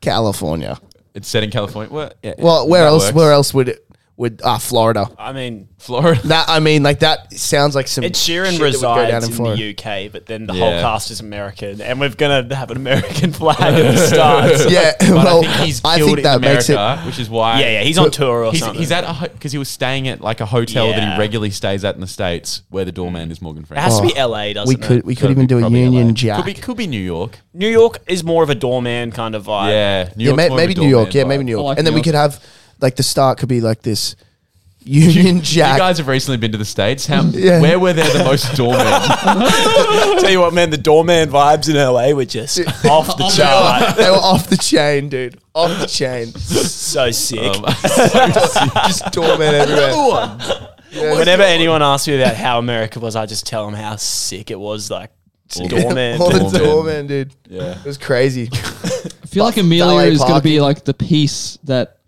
B: California.
C: it's set in California. Well, yeah,
B: Well, where
C: that
B: else?
C: works.
B: Where else would it would ah Florida?
E: I mean,
C: Florida.
B: That I mean, like that sounds like some.
E: Ed Sheeran
B: shit that would go down
E: resides in,
B: Florida.
E: the UK, but then the
C: Yeah.
E: whole cast is American, and we're gonna have an American flag at the start. So-
B: Yeah,
C: But
B: well,
C: I think he's killed
B: I think
C: in
B: that makes
C: America,
B: it.
C: which is why.
E: yeah, yeah, he's on tour or
C: He's,
E: something.
C: he's at a because he was staying at like a hotel that
E: Yeah.
C: he regularly stays at in the states, where the doorman is Morgan
E: it
C: Freeman.
E: has to be
B: Oh,
E: LA, doesn't
B: We
E: it?
B: could we
C: So
B: could even
C: it'd be
B: do a
C: probably
B: Union
C: LA.
B: Jack.
C: Could be could be New York.
E: New York is more of a doorman kind of vibe.
C: Yeah, New
B: yeah,
C: York's
B: may,
C: more of a
B: maybe New York.
C: doorman
B: Yeah,
C: vibe.
B: maybe New York.
D: like
B: and then
D: New
B: we could have like the start could be like this Union Jack.
C: You guys have recently been to the states. How?
B: Yeah.
C: Where were there the most doormen?
E: Tell you what, man, the doorman vibes in LA were just off the chart.
B: they were off the chain, dude. Off the chain.
E: so sick.
C: Um,
B: Just doorman everywhere. Yeah.
E: Whenever anyone asks me about how America was, I just tell them how sick it was. Like
C: All the-
E: doorman.
B: All the
C: Doorman.
B: doorman, dude.
C: yeah.
B: It was crazy.
D: I feel like
B: Buff-
D: Amelia
B: ballet
D: is going to be
B: parking.
D: like the piece that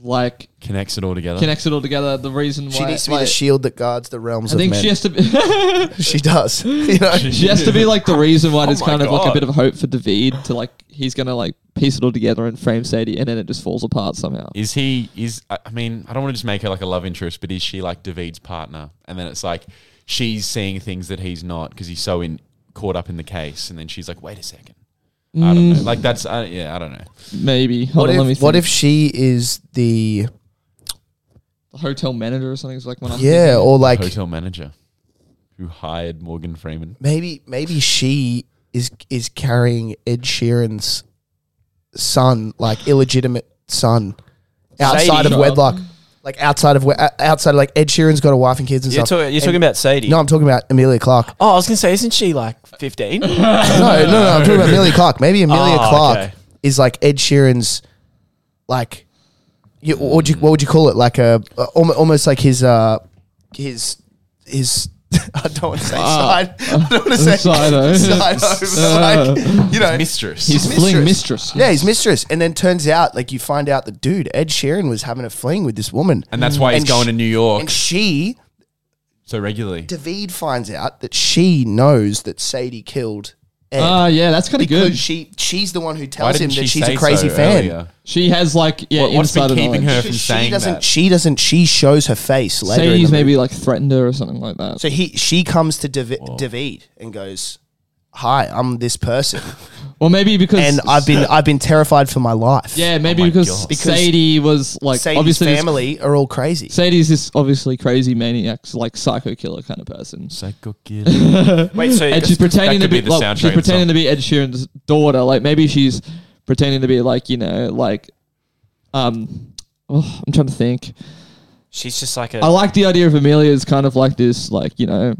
D: like
C: Connects it all together.
D: connects it all together. The reason
B: She
D: why
B: needs to be the
D: like,
B: shield that guards the realms
D: I think
B: of men.
D: she has to. Be
B: she does. You know?
D: she has to be like
B: Oh
D: the reason why there's
E: my
D: kind of like
E: God.
D: a bit of hope for David to like he's going to like piece it all together and frame Sadie, and then it just falls apart somehow.
C: Is he? Is I I mean, I don't want to just make her like a love interest, but is she like David's partner? And then it's like she's seeing things that he's not because he's so in caught up in the case, and then she's like, wait a second. I don't
B: Mm.
C: know. Like that's I yeah, I don't know.
D: Maybe. Hold
B: What
D: on, let me
B: if, what
D: think.
B: if she is the
D: The hotel manager or something is like when I'm
B: yeah
D: thinking.
B: or like
C: Hotel manager who hired Morgan Freeman.
B: maybe maybe she is is carrying Ed Sheeran's son, like illegitimate son, outside
E: Sadie.
B: of wedlock, like outside of we- o- outside of like Ed Sheeran's got a wife and kids and
E: You're,
B: stuff.
E: talking. you're talking about Sadie.
B: no, I'm talking about Amelia Clark.
E: Oh, I was gonna say, isn't she like 15?
B: No, no, no, I'm talking about Amelia Clark. Maybe Amelia
C: Ah,
E: Oh,
B: Clark
E: okay.
B: is like Ed Sheeran's, like, you, what would you what would you call it? Like a uh, almo- almost like his uh his his. I don't want to say
C: Ah.
B: side. I don't want to say
D: Side-o.
B: side-o, but like, you know,
C: Mistress.
D: He's fling mistress.
B: Yeah, his mistress. And then turns out, like, you find out that dude, Ed Sheeran, was having a fling with this woman.
C: and that's why he's
B: And
C: going
B: sh-
C: to New York
B: And she,
C: so regularly.
B: David finds out that she knows that Sadie killed Ed.
D: Ah, yeah, that's kind of
B: because
D: good.
B: she she's the one who
C: Why
B: tells him
C: didn't
B: that
C: she
B: she's
C: say
B: a crazy
C: so
B: fan.
C: earlier?
D: She has like yeah
C: What- what's been
D: insider
C: keeping
D: knowledge.
C: her from
B: She
C: saying
B: doesn't
C: that?
B: she doesn't she shows her face later. in
D: Sadie's
B: the movie.
D: maybe like threatened her or something like that.
B: So he she comes to David, David and goes, hi, I'm this person,
D: Well, maybe because
B: and I've been I've been terrified for my life.
D: yeah, maybe
C: my
D: because,
C: God.
B: Because
D: Sadie was like
B: Sadie's
D: obviously this-
B: family are all crazy.
D: Sadie's this obviously crazy maniac, like psycho killer kind of person.
C: Psycho killer.
E: Wait, so
D: and she's pretending
C: that could
D: to be,
C: be the
D: like,
C: soundtrack
D: she's
C: of the
D: pretending to be Ed Sheeran's daughter. Like maybe she's pretending to be like you know like um. oh, I'm trying to think.
E: she's just like a.
D: I like the idea of Amelia as kind of like this like you know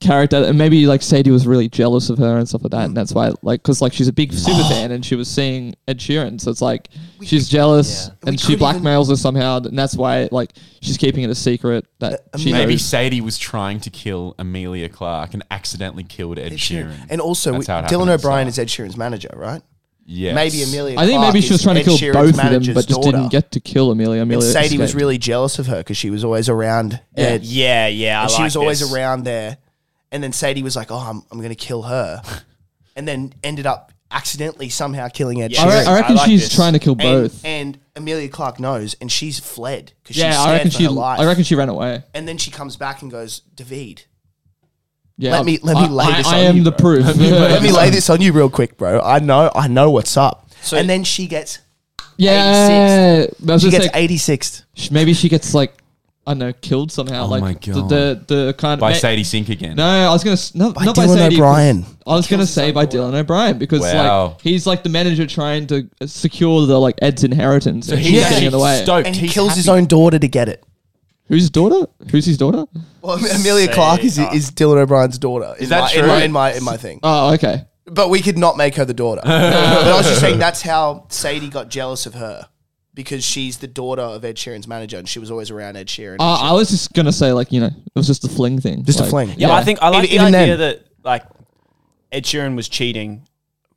D: character, and maybe like Sadie was really jealous of her and stuff like that, and that's why like because like she's a big super fan and she was seeing Ed Sheeran, so it's like she's jealous
B: We
D: and
B: could
D: she
B: even-
D: blackmails her somehow, and that's why like she's keeping it a secret that she
B: Amelia-
C: Maybe
D: knows.
C: Sadie was trying to kill Amelia Clark and accidentally killed Ed,
B: Ed
C: Sheeran.
B: Sheeran. And also, we,
C: That's how it happened
B: Dylan
C: at the
B: O'Brien is
C: start.
B: Ed Sheeran's manager, right?
C: yes.
B: Maybe Amelia.
D: I think
B: Clarke
D: maybe she was
B: is
D: trying to
B: Ed
D: kill
B: Sheeran's
D: both of them,
B: manager's
D: but just
B: daughter.
D: didn't get to kill Amelia.
B: And
D: Amelia
B: Sadie was
D: escaped.
B: really jealous of her because she was always around Ed.
E: yeah, yeah. I
B: and she
E: like
B: was always
E: this.
B: around there. And then Sadie was like, "Oh, I'm, I'm going to kill her," and then ended up accidentally somehow killing Ed
E: Yeah.
D: I, re-
B: Sheeran.
E: Alright,
D: I reckon
E: I like
D: she's
E: this.
D: trying to kill
B: and,
D: both.
B: and Amelia Clark knows, and she's fled because she's
D: yeah,
B: scared
D: I reckon
B: for
D: she.
B: her life.
D: I reckon she ran away.
B: and then she comes back and goes, "David,
D: Yeah,
B: Let
D: I-
B: me- let me
D: I-
B: lay
D: I,
B: this
D: I
B: on
D: am
B: you,
D: the
B: bro.
D: proof.
B: let me lay this on you real quick, bro. I know, I know what's up."
E: So-
B: and then she gets
D: Yeah, I was
B: she
D: just
B: gets
D: like,
B: eighty sixth.
D: sh- maybe she gets like I don't know killed somehow.
C: Oh
D: like
C: my
D: the-
C: God.
D: The, the kind of
C: By
D: ma-
C: Sadie Sink again.
D: No, I was gonna s- no, not by
B: Dylan
D: Sadie,
B: O'Brien.
D: because- I was gonna say by Dylan O'Brien because
C: Wow.
D: like he's like the manager trying to uh, secure the like Ed's inheritance. So
C: He's
D: he's getting
C: actually
D: in the way.
E: Oh,
C: stoked.
B: and he
C: He's
B: kills his
C: happy.
B: own daughter to get it.
D: Who's his daughter? Who's his daughter?
B: Well, Amelia Clark is, is Dylan O'Brien's daughter. in
C: Is that
B: my,
C: true?
B: In my, in my in my thing,
D: Oh, okay.
B: but we could not make her the daughter. but I was just saying that's how Sadie got jealous of her because she's the daughter of Ed Sheeran's manager, and she was always around Ed Sheeran.
D: Uh, I was just gonna say like you know it was just a fling thing.
B: Just a
D: like-
B: fling.
E: Yeah, but I think I like
B: Even- even
E: the idea
B: then.
E: that like Ed Sheeran was cheating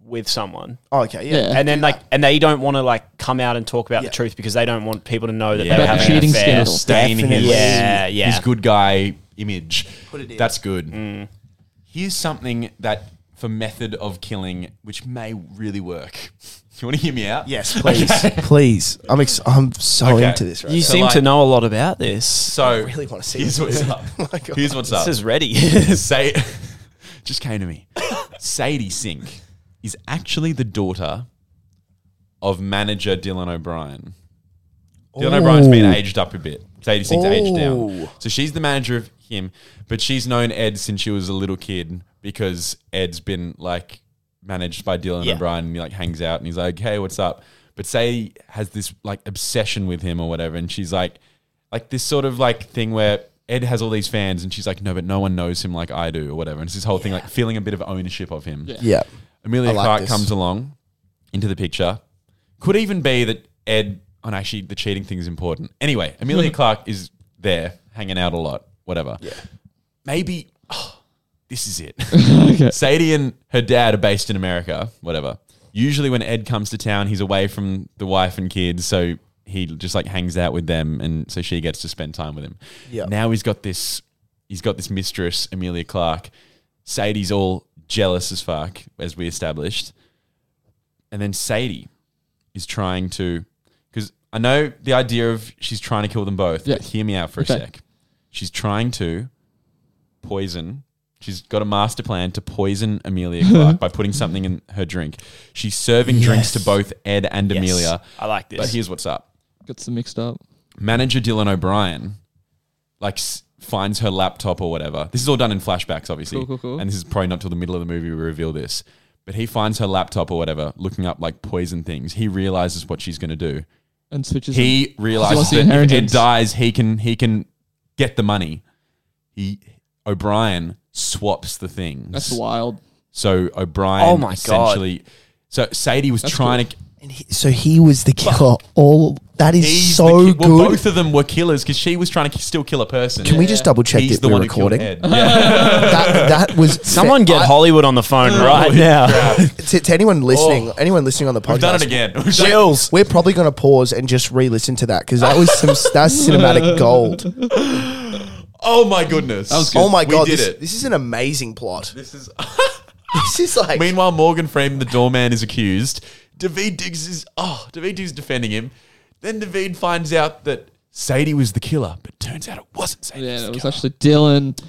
E: with someone,
B: oh, okay, yeah.
D: Yeah.
E: and then like, and they don't want to like come out and talk about
B: Yeah.
E: the truth because they don't want people to know that
C: Yeah.
E: they're
C: About the
E: having
D: cheating
E: an affair.
D: scandal.
C: stain his,
B: Definitely.
E: Yeah, yeah. Mm.
C: his good guy image.
B: Put it in.
C: That's good. Here's something that for method of killing, which may really work. You want to hear me out?
B: Yes, please, please. I'm ex- I'm so
C: Okay.
B: into this right
E: You
B: now.
E: seem
C: like-
E: to know a lot about this.
C: So
B: I really want to see
C: here's
B: this.
C: what's up.
B: my God.
C: Here's what's up.
E: This is ready.
C: Say, just came to me. Sadie Sink is actually the daughter of manager Dylan O'Brien. Dylan O'Brien's been aged up a bit. Sadie Sink's aged down.
B: Ooh.
C: So she's the manager of him, but she's known Ed since she was a little kid because Ed's been like managed by Dylan
E: Yeah.
C: O'Brien and he like hangs out and he's like, hey, what's up? But Sadie has this like obsession with him or whatever. And she's like, like this sort of like thing where Ed has all these fans and she's like, no, but no one knows him like I do or whatever. And it's this whole thing like feeling a bit of ownership of him.
B: Yeah.
C: Amelia
B: I like
C: Clark
B: this.
C: comes along into the picture. Could even be that Ed, and actually the cheating thing is important. Anyway, Amelia Clark is there hanging out a lot, whatever. Yeah. Maybe oh, this is it.
D: Okay.
C: Sadie and her dad are based in America, whatever. Usually when Ed comes to town, he's away from the wife and kids, so he just like hangs out with them and so she gets to spend time with him.
B: Yeah.
C: Now he's got this he's got this mistress, Amelia Clark. Sadie's all jealous as fuck, as we established. And then Sadie is trying to because I know the idea of she's trying to kill them both, but
D: Yes.
C: hear me out for
D: Okay.
C: a sec. She's trying to poison. She's got a master plan to poison Amelia Clark by putting something in her drink. She's serving drinks to both Ed and
E: Yes.
C: Amelia.
E: I like this.
C: But here's what's up.
D: Gets them mixed up.
C: Manager Dylan O'Brien like s- finds her laptop or whatever. This is all done in flashbacks obviously.
D: Cool, cool, cool.
C: And this is probably not till the middle of the movie we reveal this. But he finds her laptop or whatever looking up like poison things. He realizes what she's going to do.
D: and switches. them.
C: He realizes
D: lost the
C: that if Ed
D: inheritance.
C: dies, he can he can get the money. He O'Brien swaps the things.
D: That's wild.
C: So O'Brien
E: Oh my God.
C: essentially so Sadie was trying to
B: And he, so he was the killer. All that is
C: he's
B: so
C: the, ki-
B: good.
C: Well, both of them were killers because she was trying to ki- still kill a person.
B: Can we just double check
C: He's
B: that
C: the
B: we're
C: one
B: recording?
C: who killed Ed. Yeah.
B: That, that was
E: Someone get
B: I-
E: Hollywood on the phone
C: Oh,
E: right now.
B: to, to anyone listening. Anyone listening on the podcast,
C: We've done it again. We've done it-
E: Chills.
B: We're probably going to pause and just re-listen to that because that was some that's cinematic gold.
C: Oh my goodness. That was
B: Oh my god,
C: We did
B: this,
C: it.
B: this is an amazing plot.
C: This is.
B: This is like
C: Meanwhile, Morgan Freeman, the doorman, is accused. David Diggs is oh, David Diggs is defending him. Then David finds out that Sadie was the killer, but turns out it wasn't Sadie.
D: Yeah,
C: the
D: it
C: killer.
D: was
E: Oh
D: actually Dylan.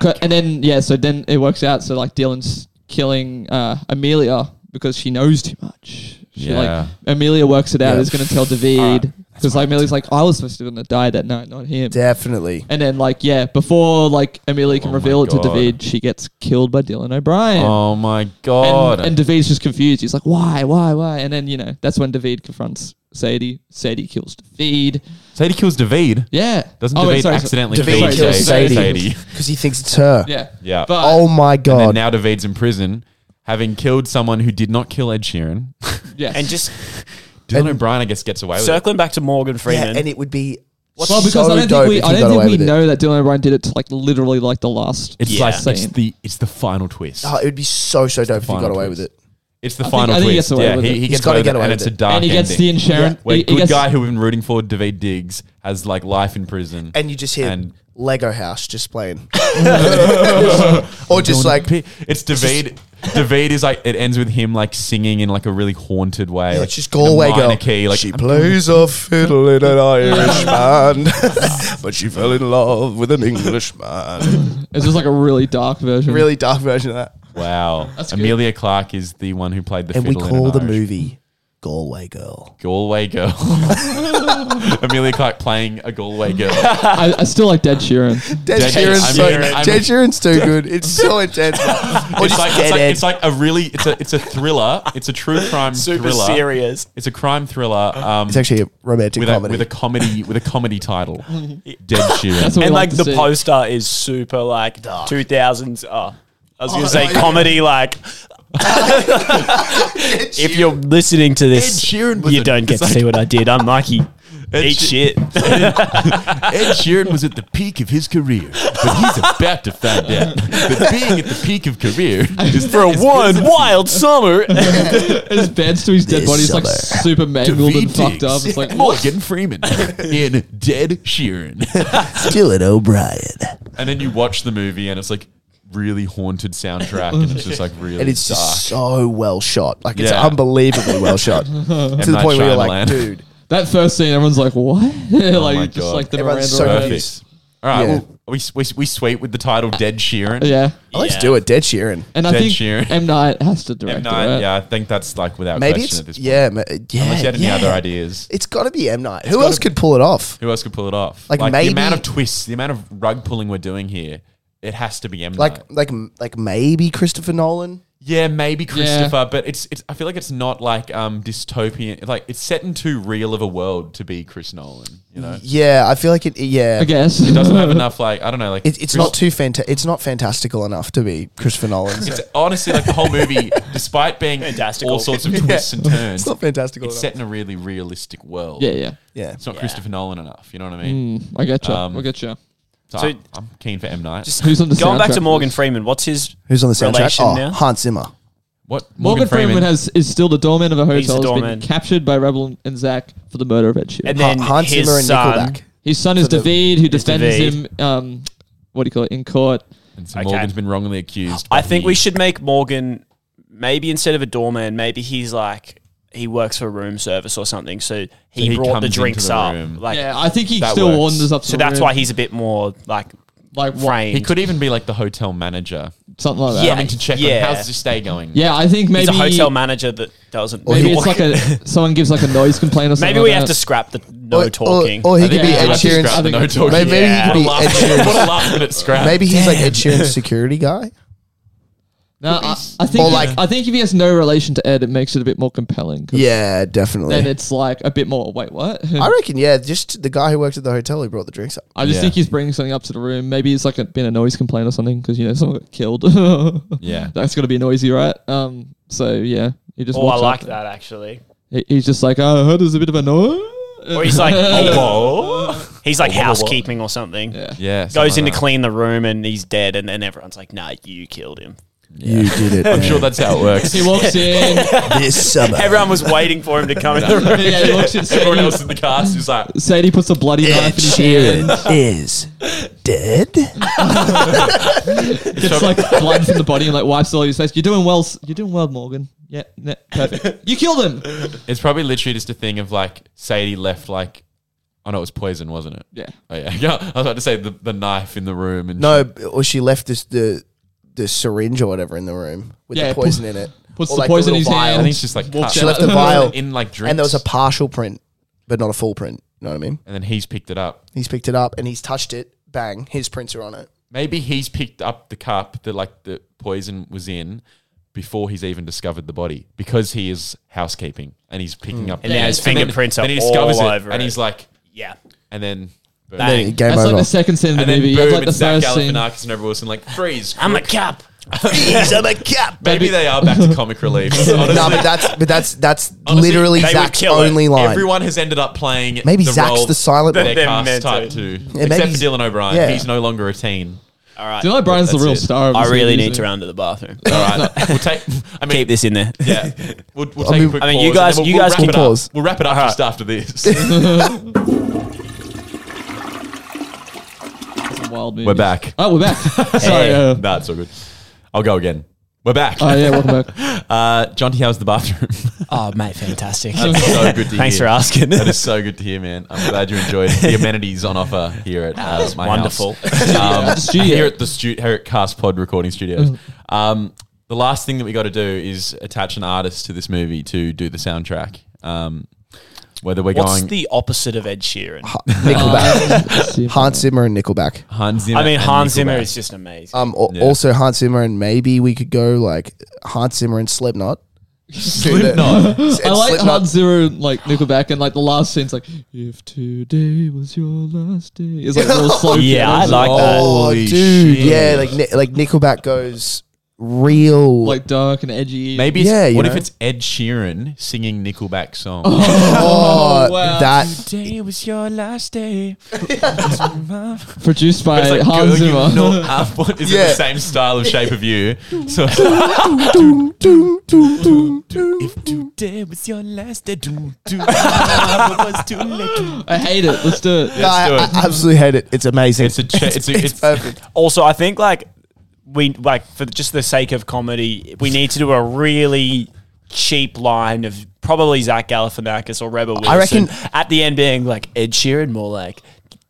D: Co- and then yeah, so then it works out. So like Dylan's killing uh, Amelia because she knows too much. She
C: Yeah.
D: like Amelia works it out.
B: Yeah.
D: Is going to tell David because like Amelia's like I was supposed to gonna die that night, not him.
B: Definitely.
D: And then like yeah, before like Amelia can
C: Oh my
D: reveal it to
C: God.
D: David, she gets killed by Dylan O'Brien.
C: Oh my god!
D: And, and David's just confused. He's like, why, why, why? And then, you know, that's when David confronts Sadie. Sadie kills David.
C: Sadie kills David.
D: Yeah.
C: Doesn't
D: Oh,
C: David
D: wait, sorry, sorry.
C: accidentally
B: David
C: feed
B: kills
C: Sadie?
B: Sadie.
C: Sadie.
B: Because he thinks it's her.
D: Yeah.
C: Yeah.
D: But,
B: Oh my
C: And then
B: god.
C: now David's in prison, having killed someone who did not kill Ed Sheeran.
D: yeah.
E: And just
C: Oh, Dylan O'Brien, I guess, gets away with it.
E: circling back to Morgan
B: yeah,
E: Freeman.
B: and it would be
D: well, because
B: so
D: I don't
B: dope
D: think we,
B: if
D: I
B: he got
D: don't
B: away
D: think we
B: with it.
D: know that Dylan O'Brien did it to, like literally like the last.
C: It's
E: Yeah.
C: like it's
D: Scene.
C: the it's the final twist.
B: Oh, it would be so so dope if he
C: final
B: got away
C: twist.
B: with it.
C: It's the
D: I think-
C: final
D: I think he
C: twist.
D: gets away
C: yeah,
D: with
C: he,
D: it.
C: he
D: He's
C: gets
B: gotta
C: away
B: get
C: with
B: away
C: it, and
B: with
C: it's
B: it.
C: a
B: And
C: dark
D: and he gets the
C: ending.
D: insurance.
C: Where
D: he,
C: good
D: he gets,
C: guy who we've been rooting for, David Diggs, has like life in prison,
B: And you just hear
C: And-
B: Lego House just playing, or just like
C: Pi- it's David. David is like it ends with him like singing in like a really haunted way.
B: Yeah,
C: like
B: it's just
C: in a
B: Galway
C: minor
B: girl.
C: Key, like
B: she plays a fiddle in an Irish band, but she fell in love with an Englishman.
D: It's just like a really dark version.
B: really dark version of that.
C: wow.
D: That's good.
C: Amelia Clark is the one who played the
B: And we
C: fiddle in
B: call
C: an
B: the
C: Irish-
B: movie Galway Girl.
C: Galway Girl. Amelia Clark playing a Galway girl.
D: I, I still like Dead Sheeran.
B: Dead
C: Dead
B: Sheeran's so,
C: Sheeran. I'm-
B: Dead Sheeran's too good. It's so intense. Or
C: It's
B: just
C: like,
B: Dead
C: it's, like,
B: Ed.
C: it's like a really it's a it's a thriller. It's a true crime
E: super
C: thriller.
E: serious.
C: It's a crime thriller. Um,
B: Uh-huh. It's actually a romantic
C: with a,
B: comedy.
C: with a comedy with a comedy title. Dead
D: That's
C: Sheeran.
D: what we
E: and
D: like,
E: like
D: to
E: the
D: see.
E: poster is super like two thousands. Oh, I was gonna
B: Oh,
E: say
B: yeah.
E: comedy. Like if you're listening to this,
C: Ed Sheeran was
E: you
C: a-
E: don't get to see what I did. I'm Mikey. Eat
C: She-
E: shit.
C: Ed Sheeran was at the peak of his career, but he's about to find out that being at the peak of career is
E: For a one wild summer.
D: His beds to his dead
B: This
D: body is like
B: summer.
D: super mangled and fucked up. It's like, what?
C: Morgan Freeman in Dead Sheeran.
B: Dylan O'Brien.
C: And then you watch the movie and it's like really haunted soundtrack and it's just like really
B: And it's
C: dark.
B: just so well shot. Like, it's
C: Yeah.
B: unbelievably well shot. to
C: M.
B: the
C: Night
B: point where you're
C: Shyamalan.
B: like, dude.
D: That first scene, everyone's like, what? like,
C: Oh my
D: just
C: God.
D: like the Miranda
B: Everyone's so
D: Rights.
B: confused.
C: Perfect. All right,
B: Yeah.
C: well, we, we, we sweet with the title Dead Sheeran.
D: Yeah.
B: Let's
E: Yeah.
B: do it. Dead Sheeran.
D: And I
C: Dead
D: think
C: Sheeran.
D: M. Night has to direct
C: M.
D: it.
C: Night,
D: right?
C: yeah, I think that's like without
B: Maybe
C: question
B: it's
C: at this point.
B: yeah, ma- yeah.
C: Unless you had any
B: yeah.
C: other ideas.
B: It's got to be M Night. Who else could pull it off?
C: Who else could pull it off?
B: Like,
C: the
B: maybe-
C: amount of twists, the amount of rug pulling we're doing here, it has to be M. Night.
B: Like, like, like maybe Christopher Nolan.
C: yeah, maybe Christopher, but it's it's. I feel like it's not like um dystopian. Like it's set in too real of a world to be Chris Nolan. You know,
B: Yeah, I feel like it. Yeah,
D: I guess.
C: doesn't have enough. Like I don't know. Like
B: It, it's not too fanta- It's not fantastical enough to be Christopher Nolan.
C: It's honestly like the whole movie, despite being
E: Fantastical.
C: all sorts of twists and turns,
B: it's not fantastical
C: it's
B: enough.
C: set in a really realistic world.
D: yeah, yeah. Hmm,
B: yeah,
C: It's not Christopher Nolan enough. You know what I mean?
D: I getcha.
C: Um,
D: I getcha.
C: So,
E: So-
C: I'm, I'm keen for M Night.
D: Who's on the
E: Going back
D: soundtrack?
E: to Morgan Freeman, what's his
B: who's on the soundtrack?
E: relation
B: Oh,
E: now?
B: Hans Zimmer.
C: what
D: Morgan Freeman, has is still the doorman of a
E: He's the
D: hotel. He's been
E: doorman.
D: captured by Rebel and Zach for the murder of Ed Sheeran.
E: And
B: Ha-
E: then
B: Hans
E: his
B: Zimmer and
E: son.
B: Nickelback.
D: His son is
B: So the-
D: David, who defends
E: David.
D: him. Um, what do you call it in court?
C: And so
E: Okay.
C: Morgan's been wrongly accused.
E: I
C: but
E: think
C: he-
E: we should make Morgan maybe instead of a doorman, maybe he's like he works for room service or something. So he,
C: he
E: brought
C: comes
E: the
C: into
E: drinks
C: the
E: up.
C: room.
E: Like
D: Yeah, I think he
C: That
D: still
C: works.
D: wanders up. To
E: so
D: the
E: that's
D: room,
E: why he's a bit more like
D: like what-
E: framed.
C: He could even be like the hotel manager,
D: something like that.
E: Yeah.
C: coming to check
E: Yeah.
C: on how's this day going.
D: yeah. I think
E: he's
D: maybe
E: a hotel manager that doesn't.
D: maybe it's like a someone gives like a noise complaint or something.
E: Maybe we
D: like
E: have to
D: that.
E: scrap the no
B: Or- or-
E: talking.
B: Or, he
D: I
B: could
D: think-
B: be
D: yeah,
B: Ed
D: I think-
B: Sheeran's.
D: I think-
C: no talking.
B: Maybe,
E: Yeah.
B: he could be
C: What
B: Ed
C: a
B: Sheeran's.
C: last minute scrap.
B: Maybe he's like Ed Sheeran's security guy.
D: No, I, I think
B: Or
D: if-
B: like-
D: I think if he has no relation to Ed, it makes it a bit more compelling. 'cause
B: Yeah,
D: Then
B: definitely.
D: it's like a bit more. Wait, what?
B: I reckon. Yeah, just the guy who works at the hotel who brought the drinks up.
D: I just
C: Yeah.
D: think he's bringing something up to the room. Maybe it's like a, been a noise complaint or something because you know someone got killed.
C: Yeah.
D: that's gonna be noisy, right? Um, so yeah, he just.
E: Oh, I
D: walks
E: like
D: up.
E: that actually.
D: He- He's just like, oh, I heard there's a bit of a noise.
E: Or he's like, oh,
C: Whoa.
E: he's like
C: Whoa, whoa, whoa.
E: housekeeping or something.
D: Yeah.
C: Yeah. something
E: Goes in to
C: like that.
E: clean the room and he's dead, and then everyone's like, "Nah, you killed him."
B: You did it.
C: I'm sure that's how it works.
D: he walks in.
B: this summer.
E: Everyone was waiting for him to come in the room.
D: yeah, he walks in.
C: Everyone else
D: Sadie,
C: in the cast is like,
D: Sadie puts a bloody knife in his hand.
B: is dead.
D: Gets like blood from the body and like wipes it all over his face. You're doing well. s- You're doing well, Morgan. Yeah, yeah, perfect. You killed him.
C: it's probably literally just a thing of like Sadie left like, oh no, it was poison, wasn't it?
D: Yeah.
C: Oh yeah. Yeah. I was about to say the, the knife in the room and
B: No, or she left this the the syringe or whatever in the room with
D: Yeah,
B: the
D: pu-
B: poison in it.
D: puts
B: Or,
D: the
B: like,
D: poison in his
B: little vial.
D: hand.
C: I think it's just like
D: walks
C: cut.
D: out.
B: She left the vial
C: in like drinks,
B: and there was a partial print, but not a full print. You know what I mean?
C: and then he's picked it up.
B: He's picked it up and he's touched it. Bang, his prints are on it.
C: Maybe he's picked up the cup that like the poison was in before he's even discovered the body because he is housekeeping and he's picking up.
E: Mm. And now his
C: then-
E: fingerprints are
C: then he discovers
E: all
C: it,
E: over
C: and
E: it.
C: he's like,
E: Yeah.
C: and then. boom.
E: Bang.
B: Game
D: That's
B: over.
D: like the second scene of
C: And
D: the
C: then
D: movie.
C: boom,
D: That's like the
C: it's Zach
D: first scene.
C: Galifianakis and Everett Wilson like freeze.
E: I'm a cop.
B: I'm a cap.
C: Maybe they are back to comic relief. honestly.
B: No, but that's but that's that's
C: Honestly,
B: literally
E: they would
B: Zach's
E: kill it.
B: only line.
C: Everyone has ended up playing.
B: Maybe
C: the
B: Zach's
C: role
B: the silent
C: that
B: one.
E: They're
C: They're cast
E: meant
C: type
E: to.
C: two,
B: Yeah,
C: except
B: maybe-
C: for Dylan O'Brien.
B: yeah.
C: He's no longer a teen.
E: All right.
D: Dylan O'Brien's the
C: That's
D: real
C: it.
D: star of
E: I
D: this
E: really
D: movie,
E: need to
D: isn't he?
E: run to the bathroom.
C: All right, we'll take. I mean,
E: Keep this in there.
C: yeah, we'll, we'll
B: I
C: take a
B: mean-
C: quick
E: I mean, you guys-
C: pause and then
E: you
C: we'll,
E: guys
C: we'll wrap
E: can
C: it
E: pause.
C: Up. We'll wrap it up just after this.
D: Some wild
C: We're
D: movies.
C: back.
D: Oh, we're back. Sorry. Uh,
C: That's all good. I'll go again. We're back.
D: oh yeah, welcome back.
C: Uh, John, how's the bathroom?
E: Oh, mate, fantastic.
C: That's so good to
E: Thanks
C: hear.
E: for asking.
C: That is so good to hear, man. I'm glad you enjoyed the amenities on offer here at uh, my
E: wonderful.
C: house. Um,
D: studio.
C: Here at the stu- here at Cast Pod Recording Studios.
E: Mm.
C: Um, the last thing that we got to do is attach an artist to this movie to do the soundtrack. Um, whether we're
E: What's
C: going
E: the opposite of Ed Sheeran?
B: Nickelback,
D: Uh,
B: Hans Zimmer, and Nickelback.
C: Hans Zimmer.
E: I mean,
C: uh, and
E: Hans Zimmer
C: Nickelback.
E: is just amazing.
B: Um, al- also Hans Zimmer, and maybe we could go like Hans Zimmer and Slipknot. Slipknot.
D: I like Hans Zimmer, like Nickelback, and like the last scene's like, "If today was your last day," it's like a little slow.
E: Yeah, I
D: pitch.
E: like that.
B: Oh,
C: Holy
B: dude,
C: shit.
B: yeah, like Ni- like Nickelback goes real.
D: like dark and edgy.
C: Maybe it's,
B: Yeah, you
C: what if
B: know.
C: it's Ed Sheeran singing Nickelback songs?
B: oh,
D: wow.
B: that
C: Today was your last day.
D: produced by
C: It's like girl,
D: Hans Zimmer.
C: You know, half what is in
B: Yeah.
C: the same style of shape of you. So if today was your last day, do, do, it was too late.
D: I hate it. Let's do it.
C: Let's do
B: I,
C: it.
B: I absolutely hate it. It's amazing.
C: It's a cha- it's a- it's-
B: perfect.
E: Also, I think like we like for just the sake of comedy, we need to do a really cheap line of probably Zach Galifianakis or Rebel Wilson.
B: I reckon-
E: at the end being like Ed Sheeran, more like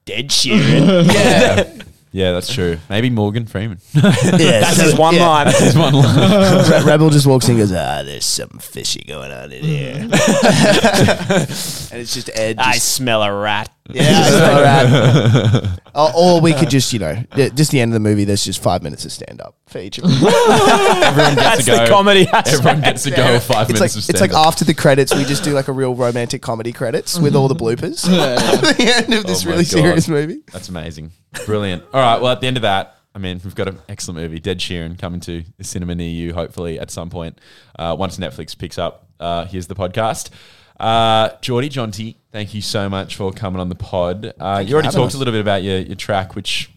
E: Dead Sheeran.
C: Yeah, that's true. Maybe Morgan Freeman.
E: That's his one
B: Yeah.
E: line. That's his one line.
B: Re- Rebel just walks in and goes, ah, there's something fishy going on in here. and it's just Ed.
E: I
B: Just,
E: smell a rat.
B: yeah, I smell rat. or, or we could just, you know, yeah, just the end of the movie, there's just five minutes of stand up for each of them.
C: Everyone gets
E: That's
C: to go.
E: the comedy.
C: Everyone gets to go with five
B: it's like,
C: minutes of
B: it's
C: stand
B: like after the credits, we just do like a real romantic comedy credits with all the bloopers at the end of this
C: Mm-hmm. Oh my
B: really
C: God.
B: serious movie.
C: That's amazing. Brilliant. All right. Well, at the end of that, I mean, we've got an excellent movie, Dead Sheeran, coming to a cinema near you, hopefully, at some point. Uh, once Netflix picks up, uh, here's the podcast. Uh, Geordie Jonty, thank you so much for coming on the pod. Uh, you already
B: having
C: talked
B: us.
C: a little bit about your, your track, which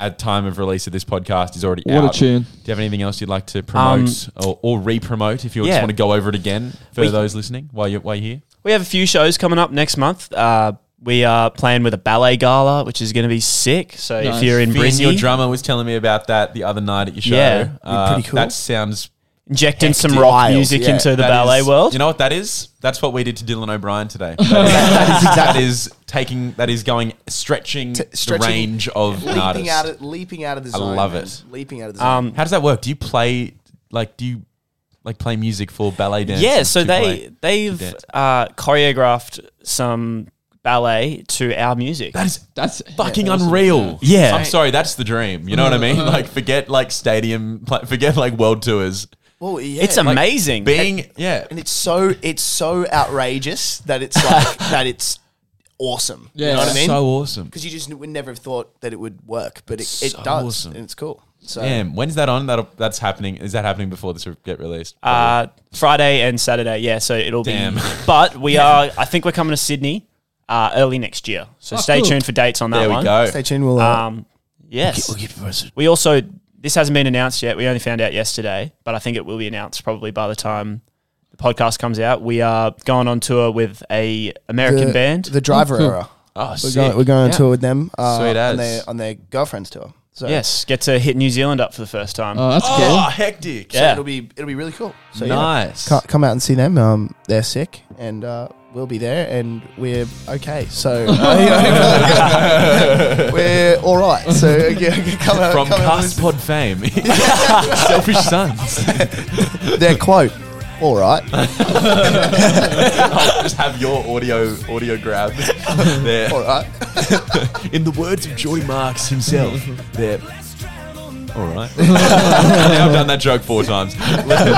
C: at time of release of this podcast is already
D: What a
C: out.
D: tune.
C: Do you have anything else you'd like to promote or, or re-promote if you just
E: yeah.
C: want to go over it again for
E: We-
C: those listening while you're, while you're here?
E: We have a few shows coming up next month. Uh, we are playing with a ballet gala, which is going to be sick. So
D: Nice.
E: if you're in
C: Finn, your
E: Brisbane,
C: drummer was telling me about that the other night at your show.
E: Yeah.
C: Uh,
B: Pretty cool.
C: That sounds
E: injecting some
B: Hectic.
E: rock
B: Wild,
E: music
B: yeah.
E: into the
C: That
E: ballet
C: is-
E: world.
C: You know what that is? That's what we did to Dylan O'Brien today. That is, that is, that is taking. That is going stretching, the
B: stretching-
C: range of an artist.
B: Leaping out, of, leaping out of the zone.
C: love
B: man.
C: it.
B: Leaping out of the zone.
E: um,
C: How does that work? Do you play like do you like play music for ballet dance?
E: Yeah, so they they've
C: dance.
E: uh, choreographed some ballet to our music.
C: that is
D: That's
C: fucking unreal.
E: Yeah.
C: I'm sorry. That's the dream. You know what I mean? Like forget like stadium. pla- Forget like world tours.
B: well, yeah,
E: it's
B: like-
E: amazing.
C: Being yeah.
B: and it's so it's so outrageous that it's like that it's awesome.
D: Yeah.
B: You know what I mean?
C: So awesome.
B: because you just n- would never have thought that it would work, but it,
C: So
B: it does,
C: awesome.
B: and it's cool. So
C: Damn. When's that on? That that's happening. Is that happening before this will get released?
E: uh, Friday and Saturday, yeah. So it'll
C: Damn.
E: be. But we are. I think we're coming to Sydney uh, early next year. So stay
D: cool.
E: tuned for dates on that
C: there we
E: one.
C: go.
B: stay tuned. We'll, uh,
E: Um, yes.
B: we'll keep you posted.
E: We also this hasn't been announced yet. We only found out yesterday, but I think it will be announced probably by the time the podcast comes out. We are going on tour with a American
B: the,
E: band.
B: the driver era.
C: Oh,
B: We're going, we're going on tour with them. Uh,
C: Sweet as.
B: on their on their girlfriend's tour. So
E: yes, get to hit New Zealand up for the first time.
B: Uh,
D: Oh, that's
C: Oh, hectic.
E: yeah.
B: it'll be it'll be really cool. So yeah.
C: Nice.
B: Ca- come out and see them. Um, they're sick, and uh, we'll be there, and we're okay. So uh, you know, we're all right. right. So yeah, come out
C: From
B: come out with-
C: cast pod fame, selfish sons.
B: Their quote. All right.
C: I'll just have your audio audio grab there.
B: All right.
C: In the words of Joy Marks himself, there. All right. now I've done that joke four times. Listen,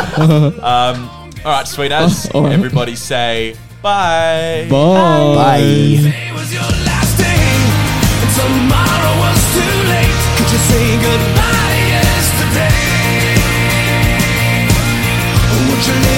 C: um, all right, sweet as.
D: All right.
C: Everybody say bye.
D: Bye.
B: Bye.
A: Today was your last day, and tomorrow was too late. Could you say goodbye yesterday? Would you leave?